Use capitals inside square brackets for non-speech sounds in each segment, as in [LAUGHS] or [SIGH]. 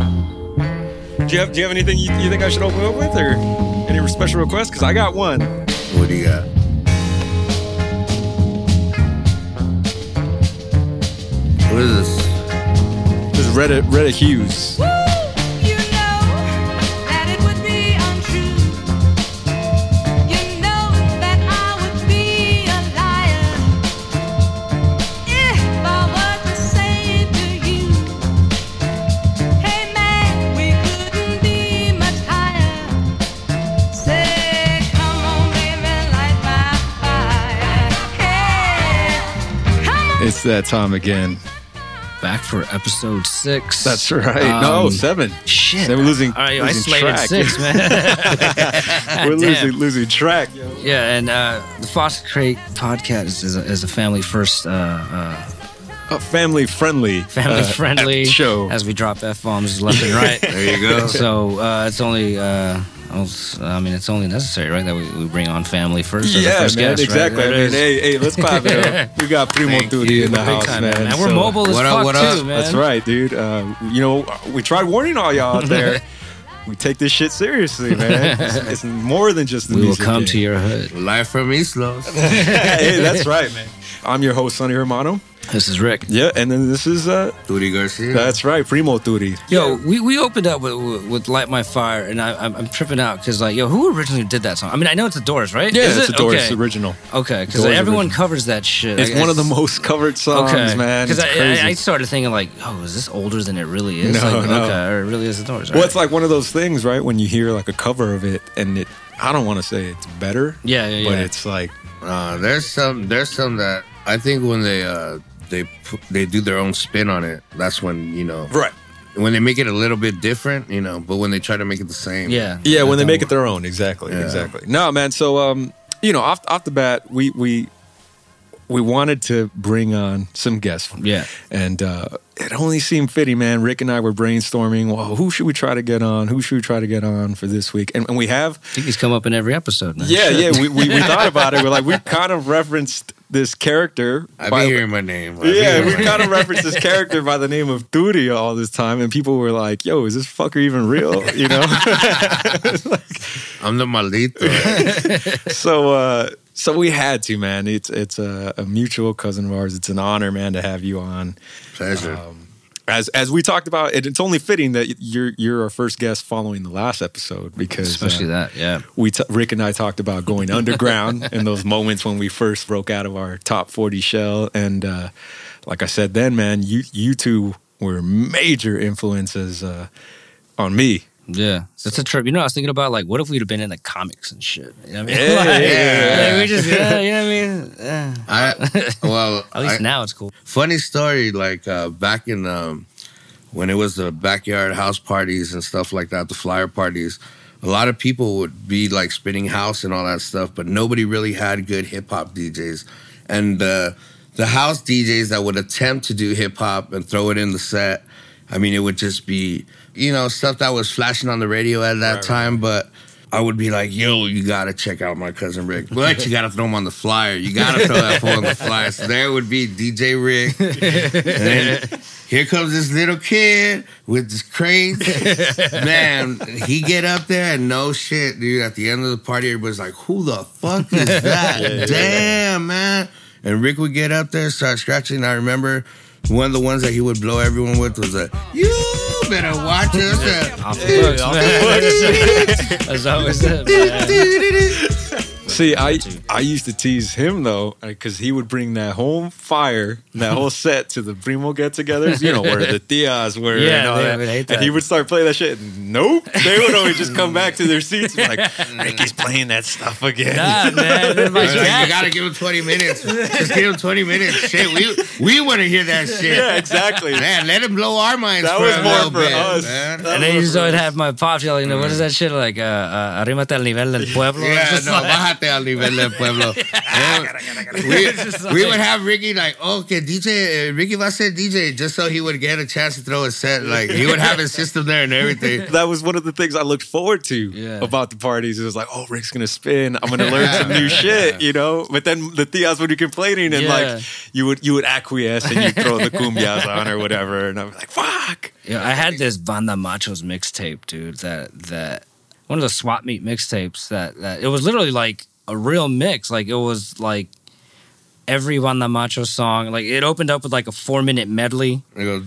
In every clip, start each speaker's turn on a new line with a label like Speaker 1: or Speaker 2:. Speaker 1: Do you have, do you have anything you, you think I should open up with or any special requests? Because I got one.
Speaker 2: What do you got? What is this?
Speaker 1: This is Reddit, Reddit Hughes.
Speaker 3: You know that it would be untrue. You know that I would be a liar if I were to say to you, "Hey man, we couldn't be much higher." Say, "Come on, baby, light my fire." Hey, come on.
Speaker 1: It's that time again.
Speaker 4: Back for episode six.
Speaker 1: That's right.
Speaker 4: Um,
Speaker 1: no, seven.
Speaker 4: Shit.
Speaker 1: Then we're losing,
Speaker 4: I, I
Speaker 1: losing
Speaker 4: slated
Speaker 1: track. [LAUGHS]
Speaker 4: six, man.
Speaker 1: We're losing,
Speaker 4: Damn.
Speaker 1: losing track.
Speaker 4: Yeah, and uh, the Foster Creek podcast is a, is a family first, uh, uh,
Speaker 1: family friendly. uh,
Speaker 4: family
Speaker 1: [LAUGHS]
Speaker 4: friendly
Speaker 1: show.
Speaker 4: as we drop f bombs left and
Speaker 1: [LAUGHS]
Speaker 4: right.
Speaker 2: There you go.
Speaker 4: so uh, it's only, uh, also- I mean, it's only necessary, right, that we, we bring on family first. As the
Speaker 1: yeah,
Speaker 4: first
Speaker 1: man,
Speaker 4: guest,
Speaker 1: exactly.
Speaker 4: Right?
Speaker 1: I
Speaker 4: There it
Speaker 1: mean,
Speaker 4: is.
Speaker 1: hey, hey, let's pop it
Speaker 4: [LAUGHS]
Speaker 1: up. We got Primo
Speaker 2: Thank
Speaker 1: Tutti
Speaker 2: you.
Speaker 1: in the
Speaker 4: Big
Speaker 1: house,
Speaker 4: time,
Speaker 1: man.
Speaker 4: man. We're
Speaker 1: so-
Speaker 4: mobile as
Speaker 2: What up,
Speaker 4: fuck
Speaker 2: what
Speaker 4: too,
Speaker 2: up?
Speaker 4: man.
Speaker 1: That's right, dude. Uh, you know, we tried warning all y'all out
Speaker 4: [LAUGHS]
Speaker 1: there. we take this shit seriously, man. It's, it's more than just the
Speaker 4: We will
Speaker 1: music
Speaker 4: come
Speaker 1: game.
Speaker 4: to your hood.
Speaker 2: Live from East Los.
Speaker 1: [LAUGHS] hey, that's right,
Speaker 4: [LAUGHS]
Speaker 1: man. I'm your host, Sonny Hermano.
Speaker 4: This is Rick.
Speaker 1: Yeah, and then this is uh,
Speaker 2: Turi Garcia.
Speaker 1: that's right, Primo Tutti.
Speaker 4: Yo, we, we opened up with- with, with Light My Fire, and I, I'm, I'm tripping out because, like, yo, who originally did that song? I mean, I know it's the Doors, right? Is
Speaker 1: it's
Speaker 4: it?
Speaker 1: the Doors
Speaker 4: Okay.
Speaker 1: original.
Speaker 4: Okay, because
Speaker 1: Doors
Speaker 4: everyone
Speaker 1: original.
Speaker 4: covers that shit.
Speaker 1: It's
Speaker 4: Like,
Speaker 1: one of the most covered songs, man. It's
Speaker 4: Because I,
Speaker 1: crazy.
Speaker 4: I, I started thinking like, oh, is this older than it really is?
Speaker 1: No,
Speaker 4: like,
Speaker 1: no.
Speaker 4: Okay, or it really is the Doors.
Speaker 1: well,
Speaker 4: alright.
Speaker 1: it's like one of those things, right? When you hear like a cover of it, and it, I don't want to say it's better,
Speaker 4: yeah, yeah, yeah.
Speaker 1: but it's like,
Speaker 2: Uh, there's some. There's some that I think when they uh, they pu- they do their own spin on it. That's when you know
Speaker 1: right?
Speaker 2: when they make it a little bit different. You know, but when they try to make it the same.
Speaker 4: yeah,
Speaker 1: Yeah, when they
Speaker 4: that
Speaker 1: make it
Speaker 4: one.
Speaker 1: their own, exactly,
Speaker 2: Yeah.
Speaker 1: exactly. No, man. So, um, you know, off off the bat, we we we wanted to bring on some guests.
Speaker 4: Yeah.
Speaker 1: and uh, it only seemed fitting, man. Rick and I were brainstorming. Well, who should we try to get on? Who should we try to get on for this week? And, and we have,
Speaker 4: I think he's come up in every episode. Man.
Speaker 1: yeah, yeah. We, we, [LAUGHS] we thought about it. We're like, we kind of referenced this character.
Speaker 2: I've
Speaker 1: by-
Speaker 2: been hearing my name. I've
Speaker 1: [LAUGHS]
Speaker 2: been
Speaker 1: yeah,
Speaker 2: hearing
Speaker 1: we
Speaker 2: my
Speaker 1: kind of referenced this character by the name of Duty all this time, and people were like, "Yo, is this fucker even real?" You
Speaker 2: [LAUGHS]
Speaker 1: know.
Speaker 2: name. I'm
Speaker 1: [LAUGHS]
Speaker 2: the maldito.
Speaker 1: so uh so we had to man it's it's a, a mutual cousin of ours it's an honor man to have you on
Speaker 2: Pleasure.
Speaker 1: as as we talked about it, it's only fitting that you're you're our first guest following the last episode because
Speaker 4: especially
Speaker 1: uh,
Speaker 4: that. Yeah,
Speaker 1: we t- Rick and I talked about going underground [LAUGHS] in those moments when we first broke out of our top 40 shell and uh like I said then man you you two were major influences uh on me
Speaker 4: yeah. It's a trip. You know, I was thinking about like, what if we'd have been in the comics and shit? You know what I mean? [LAUGHS]
Speaker 1: Yeah,
Speaker 4: like,
Speaker 1: yeah,
Speaker 4: like, we just, yeah, you know what I mean? Yeah. [LAUGHS]
Speaker 2: I well,
Speaker 4: At least
Speaker 2: I-
Speaker 4: now it's cool.
Speaker 2: funny story. Like uh, back in um, when it was the backyard house parties and stuff like that, the flyer parties. A lot of people would be like spinning house and all that stuff, but nobody really had good hip hop DJs. And uh, the house DJs that would attempt to do hip hop and throw it in the set, I mean, it would just be you know stuff that was flashing on the radio at that time, but. I would be like, yo, you gotta check out my cousin Rick. But you gotta throw him on the flyer. You gotta throw that fool on the flyer. So there would be DJ Rick. And then here comes this little kid with this crazy man. He get up there and no shit, dude. At the end of the party, everybody's like, "Who the fuck is that?" Damn, man. And Rick would get up there, start scratching. I remember one of the ones that he would blow everyone with was a, "You better watch us."
Speaker 4: Off the books, man. That's always it, man.
Speaker 2: [LAUGHS]
Speaker 1: See, I I used to tease him though, because he would bring that whole fire, that
Speaker 4: [LAUGHS]
Speaker 1: whole set to the primo get-togethers. You know where the tias were,
Speaker 4: Yeah,
Speaker 1: and all
Speaker 4: they
Speaker 1: that.
Speaker 4: would hate
Speaker 1: And he
Speaker 4: that.
Speaker 1: would start playing that shit. and Nope, they would always just come back to their seats and be
Speaker 4: [LAUGHS]
Speaker 1: like Ricky's playing that stuff again.
Speaker 4: Mm. Nah, man. It's [LAUGHS] like,
Speaker 2: It's like,
Speaker 4: yeah.
Speaker 2: you gotta give him 20 minutes. Just give him 20 minutes. Shit, we we want to hear that
Speaker 1: [LAUGHS]
Speaker 2: shit.
Speaker 1: Yeah,
Speaker 4: [LAUGHS]
Speaker 1: exactly.
Speaker 2: Man, let him blow our minds.
Speaker 1: That
Speaker 2: for
Speaker 1: was
Speaker 2: a
Speaker 1: more
Speaker 2: little
Speaker 1: for
Speaker 2: bit,
Speaker 1: us.
Speaker 2: man.
Speaker 1: That
Speaker 4: And then you
Speaker 1: was
Speaker 4: just
Speaker 1: for
Speaker 4: would
Speaker 1: us.
Speaker 4: have my pops yelling, what is that shit like? Uh, uh, arrímate al nivel del pueblo.
Speaker 2: Yeah,
Speaker 4: Just
Speaker 2: no,
Speaker 4: like-
Speaker 2: bájate chocolate al nivel del
Speaker 4: [LAUGHS]
Speaker 2: pueblo. we,
Speaker 4: It's just
Speaker 2: we
Speaker 4: like-
Speaker 2: would have Ricky like, oh, okay, DJ, uh, Ricky va a ser DJ, just so he would get a chance to throw a set. Like, he would have his system there and everything.
Speaker 1: that was one of the things I looked forward to
Speaker 4: Yeah.
Speaker 1: about the parties. It was like, oh, Rick's gonna spin. I'm gonna learn some
Speaker 4: [LAUGHS]
Speaker 1: new shit, you know. But then the tias would be complaining, and
Speaker 4: Yeah.
Speaker 1: like you would you would acquiesce and you throw
Speaker 4: [LAUGHS]
Speaker 1: the cumbias on or whatever, and I was like, fuck.
Speaker 4: Yeah, I had this Banda Machos mixtape, dude. That that one of the swap meet mixtapes. That that it was literally like a real mix. Like it was like every Banda Machos song. Like it opened up with like a four minute medley.
Speaker 2: It goes,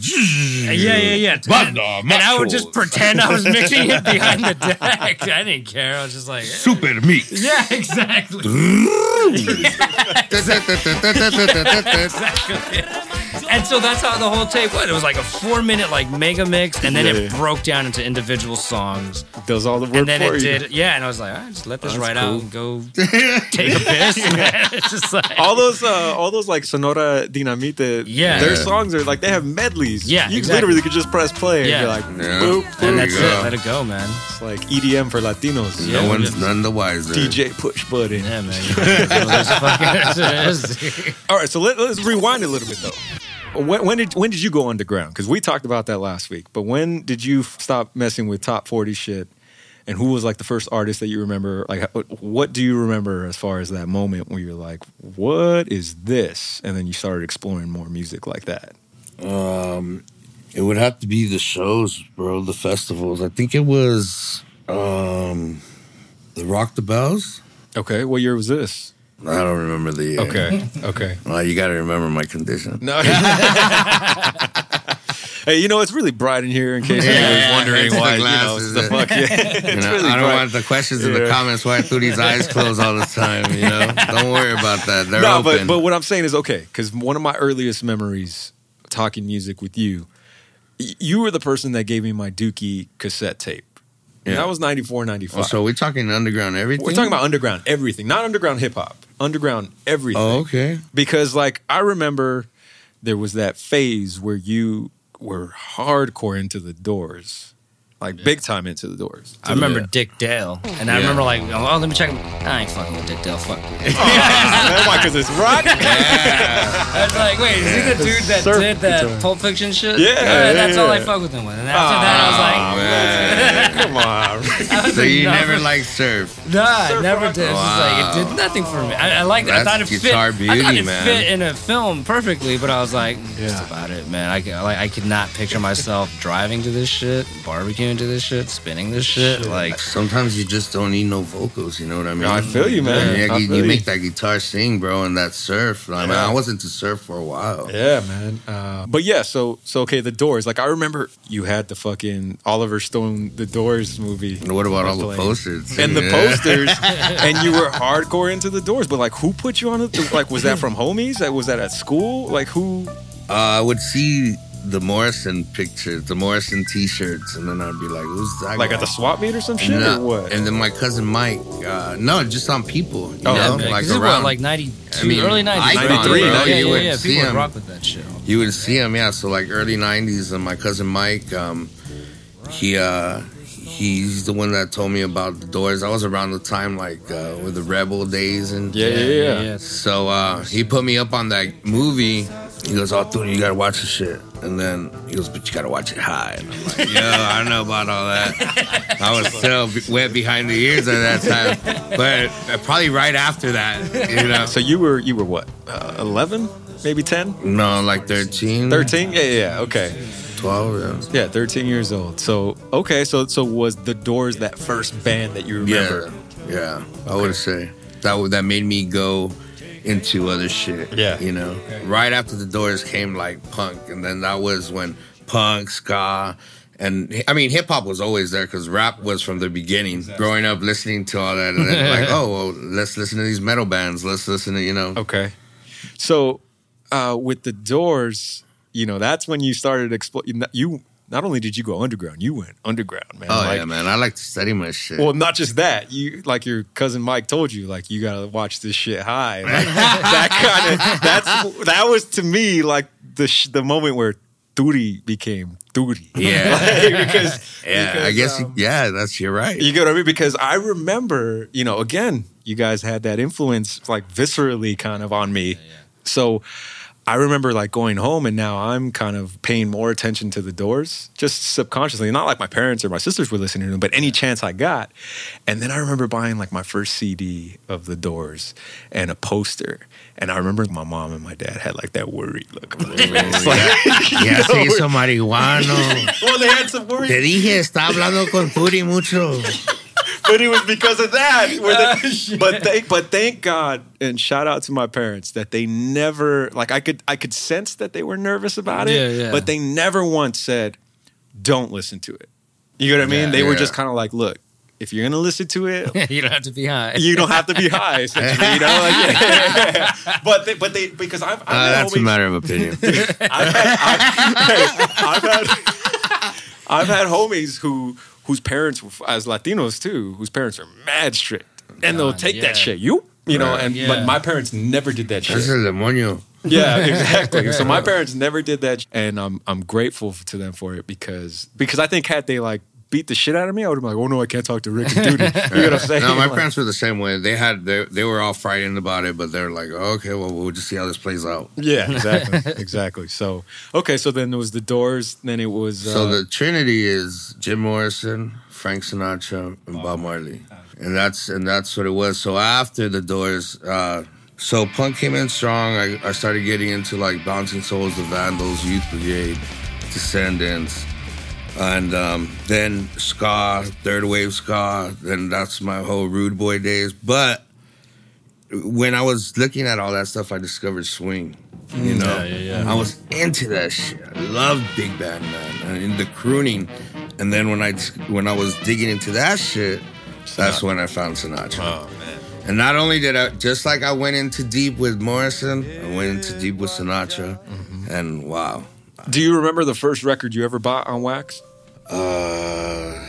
Speaker 4: Yeah, yeah, yeah.
Speaker 2: Banda
Speaker 4: and I would just
Speaker 2: Machos.
Speaker 4: pretend I was mixing it behind the deck. [LAUGHS] I didn't care. I was just [LAUGHS] like,
Speaker 2: super meat.
Speaker 4: yeah, [LAUGHS] exactly. And so that's how the whole tape went. It was like a four minute like mega mix, and then
Speaker 1: Yeah,
Speaker 4: it
Speaker 1: yeah.
Speaker 4: broke down into individual songs.
Speaker 1: Does all the work
Speaker 4: and then
Speaker 1: for
Speaker 4: it
Speaker 1: you.
Speaker 4: did, yeah. And I was like, all right, just let this
Speaker 1: That's
Speaker 4: right
Speaker 1: cool.
Speaker 4: out and go
Speaker 1: [LAUGHS]
Speaker 4: take a piss. [LAUGHS] it's just like,
Speaker 1: All those, uh, all those like Sonora Dinamite,
Speaker 4: Yeah.
Speaker 1: their
Speaker 2: Yeah.
Speaker 1: songs are like they have medleys.
Speaker 4: Yeah,
Speaker 1: you
Speaker 4: exactly.
Speaker 1: literally could just press play
Speaker 4: Yeah.
Speaker 1: and you're
Speaker 2: Yeah.
Speaker 1: like, boop, boop.
Speaker 4: and that's
Speaker 2: There you go.
Speaker 4: it. Let it go, man.
Speaker 1: It's like EDM for Latinos.
Speaker 4: Yeah.
Speaker 2: No one's none the wiser.
Speaker 1: DJ push button.
Speaker 4: Yeah, man.
Speaker 1: [LAUGHS]
Speaker 4: It's fucking- [LAUGHS] it's- it's-
Speaker 1: All right, so let, us rewind a little bit though. When, when did when did you go underground? Because we talked about that last week. But when did you f- stop messing with top forty shit? And who was like the first artist that you remember? Like, h- what do you remember as far as that moment where you're like, "What is this?" And then you started exploring more music like that.
Speaker 2: Um, it would have to be the shows, bro. The festivals. I think it was um, the Rock the Bells.
Speaker 1: Okay, what year was this?
Speaker 2: I don't remember the year.
Speaker 1: Okay, okay.
Speaker 2: Well, you got to remember my condition.
Speaker 1: [LAUGHS] No. hey, you know it's really bright in here. In case
Speaker 2: Yeah,
Speaker 1: anyone's
Speaker 2: yeah,
Speaker 1: wondering
Speaker 2: it's the
Speaker 1: why,
Speaker 2: glasses
Speaker 1: you know, it's the
Speaker 2: that-
Speaker 1: fuck. Yeah, [LAUGHS]
Speaker 2: You
Speaker 1: it's
Speaker 2: know,
Speaker 1: really
Speaker 2: I don't
Speaker 1: bright.
Speaker 2: want the questions in the
Speaker 1: Yeah.
Speaker 2: comments why I threw
Speaker 1: [LAUGHS]
Speaker 2: these eyes closed all the time. You know, don't worry about that. They're
Speaker 1: no, but
Speaker 2: open.
Speaker 1: but what I'm saying is okay, because one of my earliest memories talking music with you, y- you were the person that gave me my Dookie cassette tape. And
Speaker 2: Yeah.
Speaker 1: that was 94, 95.
Speaker 2: Oh, so we're talking underground everything.
Speaker 1: We're talking about underground everything, not underground hip hop, underground everything.
Speaker 2: Oh, okay.
Speaker 1: Because like I remember there was that phase where you were hardcore into the doors. Like big time into the doors.
Speaker 4: I remember Dick Dale, and I
Speaker 2: Yeah.
Speaker 4: remember like, oh, let me check. I ain't fucking with Dick Dale. Fuck.
Speaker 1: Why? Because it's rock.
Speaker 4: I was like, wait, is he the dude that
Speaker 1: Surf
Speaker 4: did
Speaker 1: guitar.
Speaker 4: that Pulp Fiction shit?
Speaker 1: Yeah,
Speaker 4: Alright, that's
Speaker 1: yeah,
Speaker 4: all I
Speaker 1: yeah.
Speaker 4: fuck with him with. And
Speaker 1: [LAUGHS]
Speaker 4: after
Speaker 1: [LAUGHS]
Speaker 4: that,
Speaker 1: Come on.
Speaker 4: [LAUGHS] I was like,
Speaker 2: Oh, So you
Speaker 4: no,
Speaker 2: never liked surf.
Speaker 4: nah, I
Speaker 1: surf
Speaker 4: never
Speaker 1: rock?
Speaker 4: did. It's just like it
Speaker 2: Wow.
Speaker 4: did nothing for me. I, I liked it. I
Speaker 2: That's
Speaker 4: thought it fit.
Speaker 2: guitar
Speaker 4: I thought
Speaker 2: beauty,
Speaker 4: it
Speaker 2: man.
Speaker 4: fit in a film perfectly, but I was like, "Mm,
Speaker 1: Yeah.
Speaker 4: just about it, man. I could, like I could not picture myself [LAUGHS] driving to this shit, barbecuing to this shit, spinning this shit. Like,
Speaker 2: Sometimes you just don't need no vocals, you know what I mean?
Speaker 1: I feel you, man.
Speaker 2: Yeah,
Speaker 1: I
Speaker 2: you,
Speaker 1: feel
Speaker 2: you
Speaker 1: you.
Speaker 2: make that guitar sing, bro, and that surf. I mean,
Speaker 1: Yeah.
Speaker 2: I was into surf for a while.
Speaker 1: Yeah, man. Uh, but yeah, so so okay, the Doors. Like I remember you had the fucking Oliver Stone the Doors movie.
Speaker 2: And what about all the
Speaker 1: Playing.
Speaker 2: posters?
Speaker 1: And the
Speaker 2: Yeah. [LAUGHS]
Speaker 1: posters, and you were hardcore into the doors. But like, who put you on the like? Was that from homies? Like, was that at school? Like, who?
Speaker 2: Uh, I would see the Morrison pictures, the Morrison T-shirts, and then I'd be like, "Who's that?"
Speaker 1: Like
Speaker 2: guy?
Speaker 1: at the swap meet or some shit
Speaker 2: No.
Speaker 1: or what?
Speaker 2: And then my cousin Mike. Uh, no, just on people. You
Speaker 1: Oh,
Speaker 2: know,
Speaker 1: yeah, man,
Speaker 2: like
Speaker 4: this is what,
Speaker 2: around.
Speaker 4: like '92,
Speaker 2: I mean,
Speaker 4: early '90s,
Speaker 2: icon,
Speaker 1: 93,
Speaker 4: Yeah,
Speaker 1: bro.
Speaker 4: yeah,
Speaker 1: You
Speaker 4: yeah,
Speaker 2: would
Speaker 4: yeah.
Speaker 2: see
Speaker 4: People would
Speaker 2: him.
Speaker 4: rock with that shit.
Speaker 2: you would see him, yeah. So like early '90s, and my cousin Mike, um, he uh, he's the one that told me about the Doors. I was around the time like uh, with the Rebel days and
Speaker 1: yeah, yeah, yeah.
Speaker 2: So uh, he put me up on that movie. He goes, "Oh, dude, you gotta watch this shit." And then he goes, "But you gotta watch it high." And I'm like, "Yo, I don't know about all that. I was still be- wet behind the ears at that time, but uh, probably right after that, you know."
Speaker 1: [LAUGHS] So you were you were what? Uh, Eleven, maybe 10?
Speaker 2: No, like 13,
Speaker 1: 13? Yeah, yeah, yeah. Okay.
Speaker 2: 12,
Speaker 1: Yeah, 13 years old. So, okay, so so was The Doors that first band that you
Speaker 2: yeah,
Speaker 1: remember?
Speaker 2: yeah, yeah. I would say that would that made me go into other shit.
Speaker 1: Yeah.
Speaker 2: you know, right after the Doors came like punk, and then that was when punk ska. And I mean, hip hop was always there because rap was from the beginning. Growing up, listening to all that,
Speaker 1: [LAUGHS]
Speaker 2: and then like, oh, well, let's listen to these metal bands. Let's listen to you know.
Speaker 1: Okay. So, uh, with The Doors, you know, that's when you started exploring. You not only did you go underground, you went underground, man.
Speaker 2: Oh
Speaker 1: Like,
Speaker 2: yeah, man, I like to study my shit.
Speaker 1: Well, not just that. You like your cousin Mike told you, like you gotta watch this shit high.
Speaker 2: [LAUGHS]
Speaker 1: Like, that kind of that's that was to me like the sh- the moment where Turi became Turi. [LAUGHS]
Speaker 2: Yeah.
Speaker 1: because
Speaker 2: yeah, I
Speaker 1: because,
Speaker 2: guess.
Speaker 1: um,
Speaker 2: yeah, that's you're right.
Speaker 1: you get what I mean? Because I remember, you know, again, you guys had that influence like viscerally kind of on me. So I remember like going home and now I'm kind of paying more attention to the doors just subconsciously. Not like my parents or my sisters were listening to them, but any chance I got. And then I remember buying like my first CD of the doors and a poster. And I remember my mom and my dad had like that worried look. on their face. [LAUGHS] Like,
Speaker 2: yeah,
Speaker 1: No,
Speaker 2: se
Speaker 1: we're-
Speaker 2: hizo
Speaker 1: [LAUGHS]
Speaker 2: marihuano.
Speaker 1: well, they had some worried
Speaker 2: Te dije, está hablando con Turi mucho.
Speaker 1: but it was because of that. where
Speaker 4: [LAUGHS] Ah,
Speaker 1: they- but thank, but thank God and shout out to my parents that they never like I could I could sense that they were nervous about it.
Speaker 4: Yeah, yeah.
Speaker 1: But they never once said, "Don't listen to it." You know what I mean?
Speaker 2: Yeah.
Speaker 1: they were
Speaker 2: Yeah.
Speaker 1: just kind of like, "Look, if you're gonna listen to
Speaker 4: [LAUGHS]
Speaker 1: it,
Speaker 4: you don't have to be high.
Speaker 1: you don't have to be high." essentially, you know, like, [LAUGHS]
Speaker 4: [LAUGHS]
Speaker 1: but they, but they because I've, I've
Speaker 2: Uh, that's a
Speaker 1: always-
Speaker 2: matter
Speaker 1: [LAUGHS]
Speaker 2: of opinion.
Speaker 1: I've had, I've, I've had, I've had homies who whose parents, were- as Latinos too, whose parents are mad strict, and they'll
Speaker 4: God,
Speaker 1: take
Speaker 4: yeah.
Speaker 1: that shit. You, you know,
Speaker 2: Right.
Speaker 1: and
Speaker 4: Yeah.
Speaker 1: but my parents never did that
Speaker 2: That's [LAUGHS]
Speaker 1: shit.
Speaker 2: el
Speaker 1: [LAUGHS]
Speaker 2: demonio.
Speaker 1: yeah, exactly. So my parents never did that, sh- and I'm I'm grateful f- to them for it because because I think had they like beat the shit out of me, I would have been like, oh no, I can't talk to Rick and
Speaker 2: [LAUGHS]
Speaker 1: Duty. You know what I'm saying?
Speaker 2: No, my
Speaker 1: Like,
Speaker 2: parents were the same way. They had they, they were all frightened about it, but they're like, okay, well, we'll just see how this plays out.
Speaker 1: Yeah, exactly, exactly. So okay, so then it was the Doors, then it was uh,
Speaker 2: So the Trinity is Jim Morrison, Frank Sinatra, and Bob Marley, and that's and that's what it was. So after the Doors, uh, so punk came in strong. I, I started getting into like Bouncing Souls, The Vandals, Youth Brigade, Descendants, and um, then ska, third wave ska. Then that's my whole Rude Boy days. But when I was looking at all that stuff, I discovered swing. You know,
Speaker 4: Yeah, yeah, yeah.
Speaker 2: I was into that shit. I loved big band man uh, and the crooning. And then when I when I was digging into that shit, that's when I found Sinatra.
Speaker 1: oh man.
Speaker 2: And not only did I, just like I went into deep with Morrison, I went into deep with Sinatra,
Speaker 4: Mm-hmm.
Speaker 2: and wow,
Speaker 1: Do you remember the first record you ever bought on wax?
Speaker 2: uh,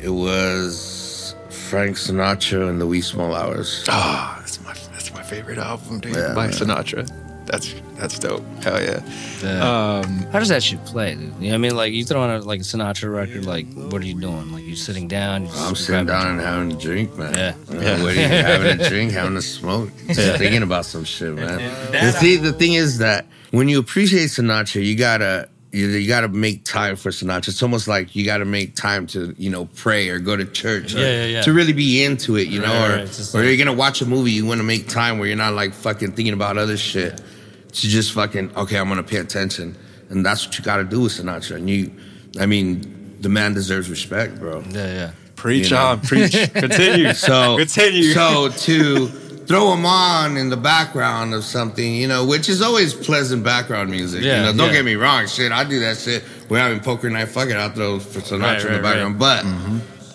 Speaker 2: it was Frank Sinatra and the Wee Small Hours.
Speaker 1: Ah, that's my that's my favorite album, dude,
Speaker 2: Yeah,
Speaker 1: by
Speaker 2: man.
Speaker 1: Sinatra. That's that's dope. Hell yeah.
Speaker 2: uh,
Speaker 1: Um,
Speaker 4: How does that shit play? Dude? You know what I mean? Like you throw on a like a Sinatra record, like what are you doing? Like you're sitting down. You're
Speaker 2: I'm
Speaker 4: just
Speaker 2: sitting down
Speaker 4: grabbing-
Speaker 2: and having a drink, man.
Speaker 4: Yeah.
Speaker 2: You know,
Speaker 1: Yeah.
Speaker 2: What are you
Speaker 4: [LAUGHS]
Speaker 2: having a drink, having a smoke, just thinking about some shit, man. The, see, the thing is that when you appreciate Sinatra, you gotta you, you gotta make time for Sinatra. It's almost like you gotta make time to you know pray or go to church, or
Speaker 4: Yeah, yeah, yeah.
Speaker 2: to really be into it, you know.
Speaker 4: Right,
Speaker 2: or
Speaker 4: right, it's just
Speaker 2: or
Speaker 4: like-
Speaker 2: you're gonna watch a movie, you want to make time where you're not like fucking thinking about other shit. To just fucking okay, I'm gonna pay attention, and that's what you gotta do with Sinatra. And you, I mean, the man deserves respect, bro.
Speaker 4: Yeah, yeah.
Speaker 1: preach
Speaker 2: You know.
Speaker 1: on, preach. [LAUGHS] Continue. [LAUGHS]
Speaker 2: So
Speaker 4: [LAUGHS]
Speaker 1: continue.
Speaker 2: So to throw them on in the background of something, you know, which is always pleasant background music.
Speaker 4: Yeah,
Speaker 2: you know, don't
Speaker 4: yeah.
Speaker 2: get me wrong, shit, I do that shit. We're having poker night, fuck it, I'll throw for Sinatra
Speaker 4: Right,
Speaker 2: in the
Speaker 4: right,
Speaker 2: background.
Speaker 4: Mm-hmm.
Speaker 2: But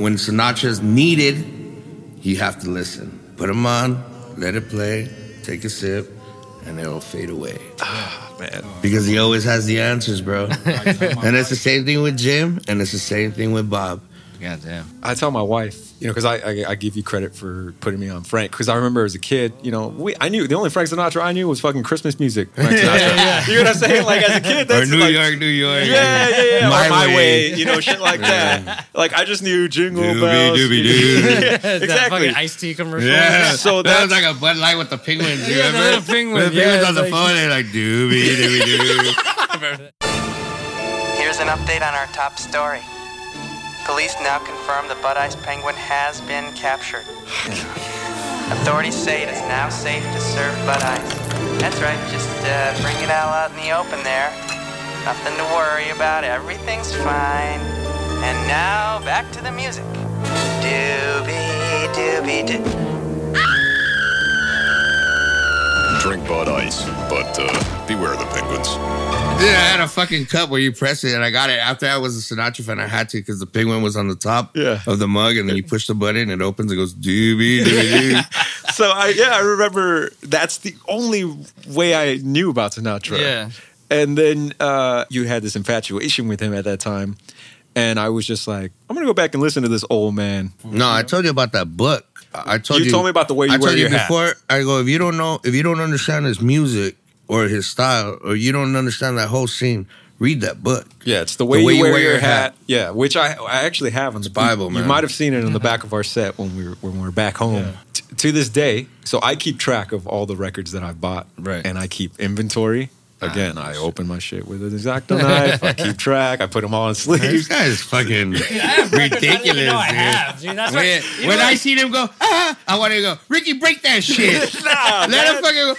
Speaker 2: when Sinatra's needed, you have to listen. Put them on, let it play, take a sip, and it'll fade away.
Speaker 1: man.
Speaker 2: Because he always has the answers,
Speaker 4: [LAUGHS]
Speaker 2: bro. and it's the same thing with Jim, and it's the same thing with Bob.
Speaker 4: Goddamn.
Speaker 1: I tell my wife, you know, because I, I I give you credit for putting me on Frank, because I remember as a kid, you know, we I knew the only Frank Sinatra I knew was fucking Christmas music.
Speaker 2: [LAUGHS]
Speaker 1: Frank Sinatra. You know what I'm saying? Like as a kid, that's like,
Speaker 2: New York.
Speaker 1: Yeah, yeah, yeah. My,
Speaker 2: My
Speaker 1: or my way.
Speaker 2: Way.
Speaker 1: you know, shit like that. Like I just knew jingle
Speaker 2: Doobie
Speaker 1: bells. [LAUGHS]
Speaker 2: doobie
Speaker 4: [LAUGHS]
Speaker 2: doo.
Speaker 4: That
Speaker 1: exactly.
Speaker 4: fucking iced tea commercial.
Speaker 2: [LAUGHS] Yeah.
Speaker 1: So
Speaker 2: that
Speaker 1: that's-
Speaker 2: was like a Bud Light with the penguins. You
Speaker 4: Yeah, the
Speaker 2: remember?
Speaker 4: little penguin,
Speaker 2: The penguins
Speaker 4: yeah,
Speaker 2: on the
Speaker 4: like-
Speaker 2: phone. They're like doobie doobie doo.
Speaker 5: Here's an update on our top story. Police now confirm the Bud-Eyes Penguin has been captured. Authorities say it is now safe to serve Bud-Eyes. That's right, just uh, bring it all out in the open there. Nothing to worry about, everything's fine. And now, back to the music. Doobie, doobie, doo.
Speaker 6: Drink Bud Ice, but uh, beware the penguins.
Speaker 2: [LAUGHS] Yeah, I had a fucking cup where you press it, and I got it. After I was a Sinatra fan, I had to because the penguin was on the top
Speaker 1: Yeah.
Speaker 2: of the mug, and then you push the button, it opens, it goes doobie doobie [LAUGHS] doo.
Speaker 1: so I yeah, I remember that's the only way I knew about Sinatra.
Speaker 4: Yeah.
Speaker 1: And then uh, you had this infatuation with him at that time. And I was just like, I'm gonna go back and listen to this old man.
Speaker 2: No, I told you about that book. I I told
Speaker 1: You
Speaker 2: you.
Speaker 1: told me about the way you
Speaker 2: I told
Speaker 1: wear
Speaker 2: you
Speaker 1: your hat.
Speaker 2: before. I go if you don't know if you don't understand his music or his style or you don't understand that whole scene. read that book.
Speaker 1: Yeah, it's the way, you, wear, your hat. Yeah, which I I actually have on the
Speaker 2: Bible,
Speaker 1: you- You
Speaker 2: man.
Speaker 1: might have seen it on the back of our set when we were when we were back home. T- to this day, so I keep track of all the records that I bought,
Speaker 4: Right.
Speaker 1: And I keep inventory. Again, I open my Ah, shit with an exacto knife. I keep track. I put them all in
Speaker 2: This
Speaker 1: sleeves.
Speaker 2: guy is fucking ridiculous, dude.
Speaker 4: dude. That's
Speaker 2: When, when I seen him go, ah, I want to go, Ricky, break
Speaker 4: [LAUGHS]
Speaker 2: that shit.
Speaker 1: Nah,
Speaker 2: Let him
Speaker 1: man.
Speaker 2: fucking go.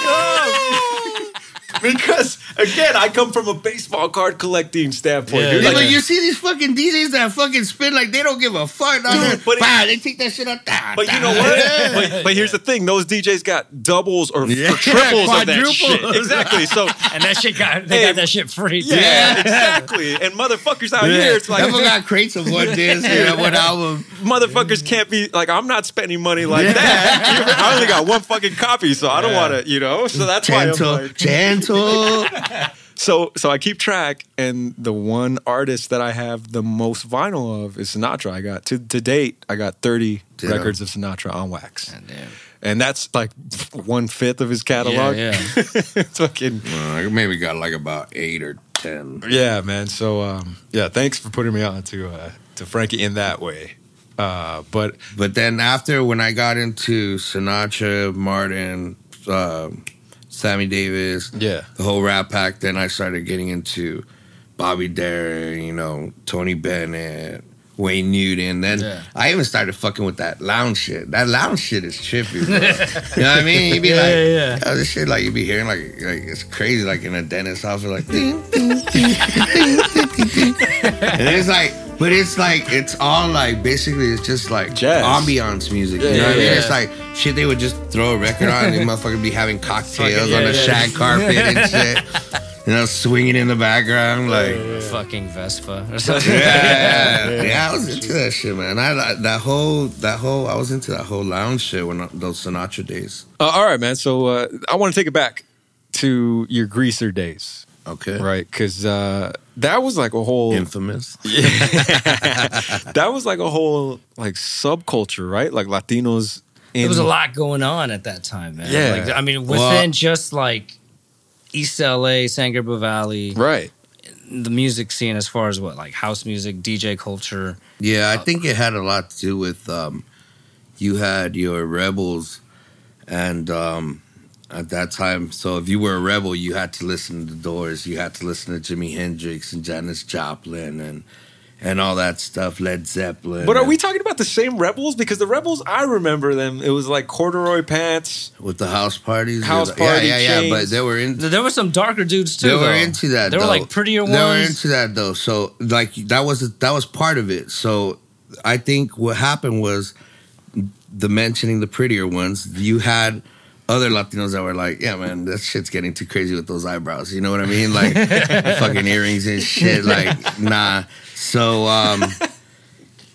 Speaker 2: "Oh,
Speaker 1: [LAUGHS] because again, I come from a baseball card collecting standpoint.
Speaker 4: Yeah.
Speaker 1: dude.
Speaker 2: Yeah,
Speaker 1: Like,
Speaker 2: but you see these fucking DJs that fucking spin like they don't give a fuck. dog.
Speaker 1: Dude, but-
Speaker 2: Bah, they take that shit out. Ah,
Speaker 1: But you know
Speaker 2: ah.
Speaker 1: what? But, but here's the thing: those DJs got doubles or, or
Speaker 2: Yeah,
Speaker 1: triples of that
Speaker 2: quadruples.
Speaker 1: shit. Exactly. So
Speaker 4: and that shit got they
Speaker 1: Hey.
Speaker 4: got that shit free.
Speaker 1: Yeah,
Speaker 4: dude.
Speaker 1: exactly. And motherfuckers out here, it's
Speaker 2: That fool
Speaker 1: like
Speaker 2: got crates of one disc [LAUGHS] and one album.
Speaker 1: [LAUGHS] motherfuckers can't be like I'm not spending money like that. [LAUGHS] I only got one fucking copy, so I don't want to, you know. So that's why I'm
Speaker 2: Gentle,
Speaker 1: like,
Speaker 2: gentle. [LAUGHS]
Speaker 1: so so I keep track, and the one artist that I have the most vinyl of is Sinatra. I got to to date, I got 30
Speaker 2: Ditto.
Speaker 1: records of Sinatra on wax,
Speaker 4: God damn.
Speaker 1: and that's like one fifth of his
Speaker 4: Yeah,
Speaker 1: catalog. [LAUGHS]
Speaker 4: yeah.
Speaker 1: Fucking
Speaker 2: I Uh, maybe got like about eight or ten.
Speaker 1: Yeah, man. So um, yeah, thanks for putting me on to uh, to Frankie in that way. Uh, but
Speaker 2: But then after when I got into Sinatra, Martin, uh, Sammy Davis,
Speaker 1: yeah,
Speaker 2: the whole rap pack, then I started getting into Bobby Darin, you know, Tony Bennett, Wayne Newton. Then
Speaker 4: Yeah.
Speaker 2: I even started fucking with that lounge shit. That lounge shit is trippy, bro. you know what I mean? You'd be
Speaker 4: [LAUGHS] Yeah,
Speaker 2: like,
Speaker 4: yeah, yeah.
Speaker 2: "Oh, this shit, like, you'd be hearing, like, like it's crazy, like in a dentist office, like, ding, ding, ding, ding, ding, ding. and it's like, but it's like, it's all like, basically, it's just like
Speaker 1: Jazz.
Speaker 2: ambiance music. you know
Speaker 1: Yeah,
Speaker 2: what I mean?
Speaker 1: yeah,
Speaker 2: It's like shit, they would just throw a record on and they motherfucker be having cocktails
Speaker 4: yeah,
Speaker 2: on a
Speaker 4: yeah.
Speaker 2: shag carpet and shit. You know, swinging in the background, like
Speaker 4: Fucking Vespa [LAUGHS] or something.
Speaker 2: yeah, yeah, I was into that shit, man. I I- that whole that whole I was into that whole lounge shit when I- those Sinatra days.
Speaker 1: uh, all right, man. So uh, I want to take it back to your greaser days,
Speaker 2: Okay,
Speaker 1: right? Because uh, that was like a whole
Speaker 2: infamous.
Speaker 1: that was like a whole like subculture, right? Like Latinos. In,
Speaker 4: There was a lot going on at that time, man.
Speaker 1: Yeah.
Speaker 4: Like, I mean, within
Speaker 2: Well-
Speaker 4: just like East LA, San Gabriel Valley,
Speaker 1: right?
Speaker 4: the music scene as far as what, like house music, DJ culture.
Speaker 2: Yeah,
Speaker 1: Uh,
Speaker 2: I think it had a lot to do with um, you had your rebels, and um, at that time, so if you were a rebel, you had to listen to the Doors, you had to listen to Jimi Hendrix and Janis Joplin and and all that stuff, Led Zeppelin.
Speaker 1: But are
Speaker 2: and-
Speaker 1: we talking about the same rebels? Because the rebels, I remember them. It was like corduroy pants.
Speaker 2: with the house parties?
Speaker 1: House
Speaker 2: yeah,
Speaker 1: party
Speaker 2: yeah, yeah. But
Speaker 1: chains.
Speaker 2: they were in.
Speaker 4: Th- There were some darker dudes too.
Speaker 2: They were
Speaker 4: though.
Speaker 2: into that.
Speaker 4: They were
Speaker 2: though.
Speaker 4: like prettier
Speaker 2: They were
Speaker 4: ones.
Speaker 2: into that though. So like that was that was part of it. So I think what happened was the mentioning the prettier ones. You had other Latinos that were like, "Yeah, man, that shit's getting too crazy with those eyebrows." You know what I mean?
Speaker 4: [LAUGHS]
Speaker 2: Like fucking earrings and shit. Like nah. So um,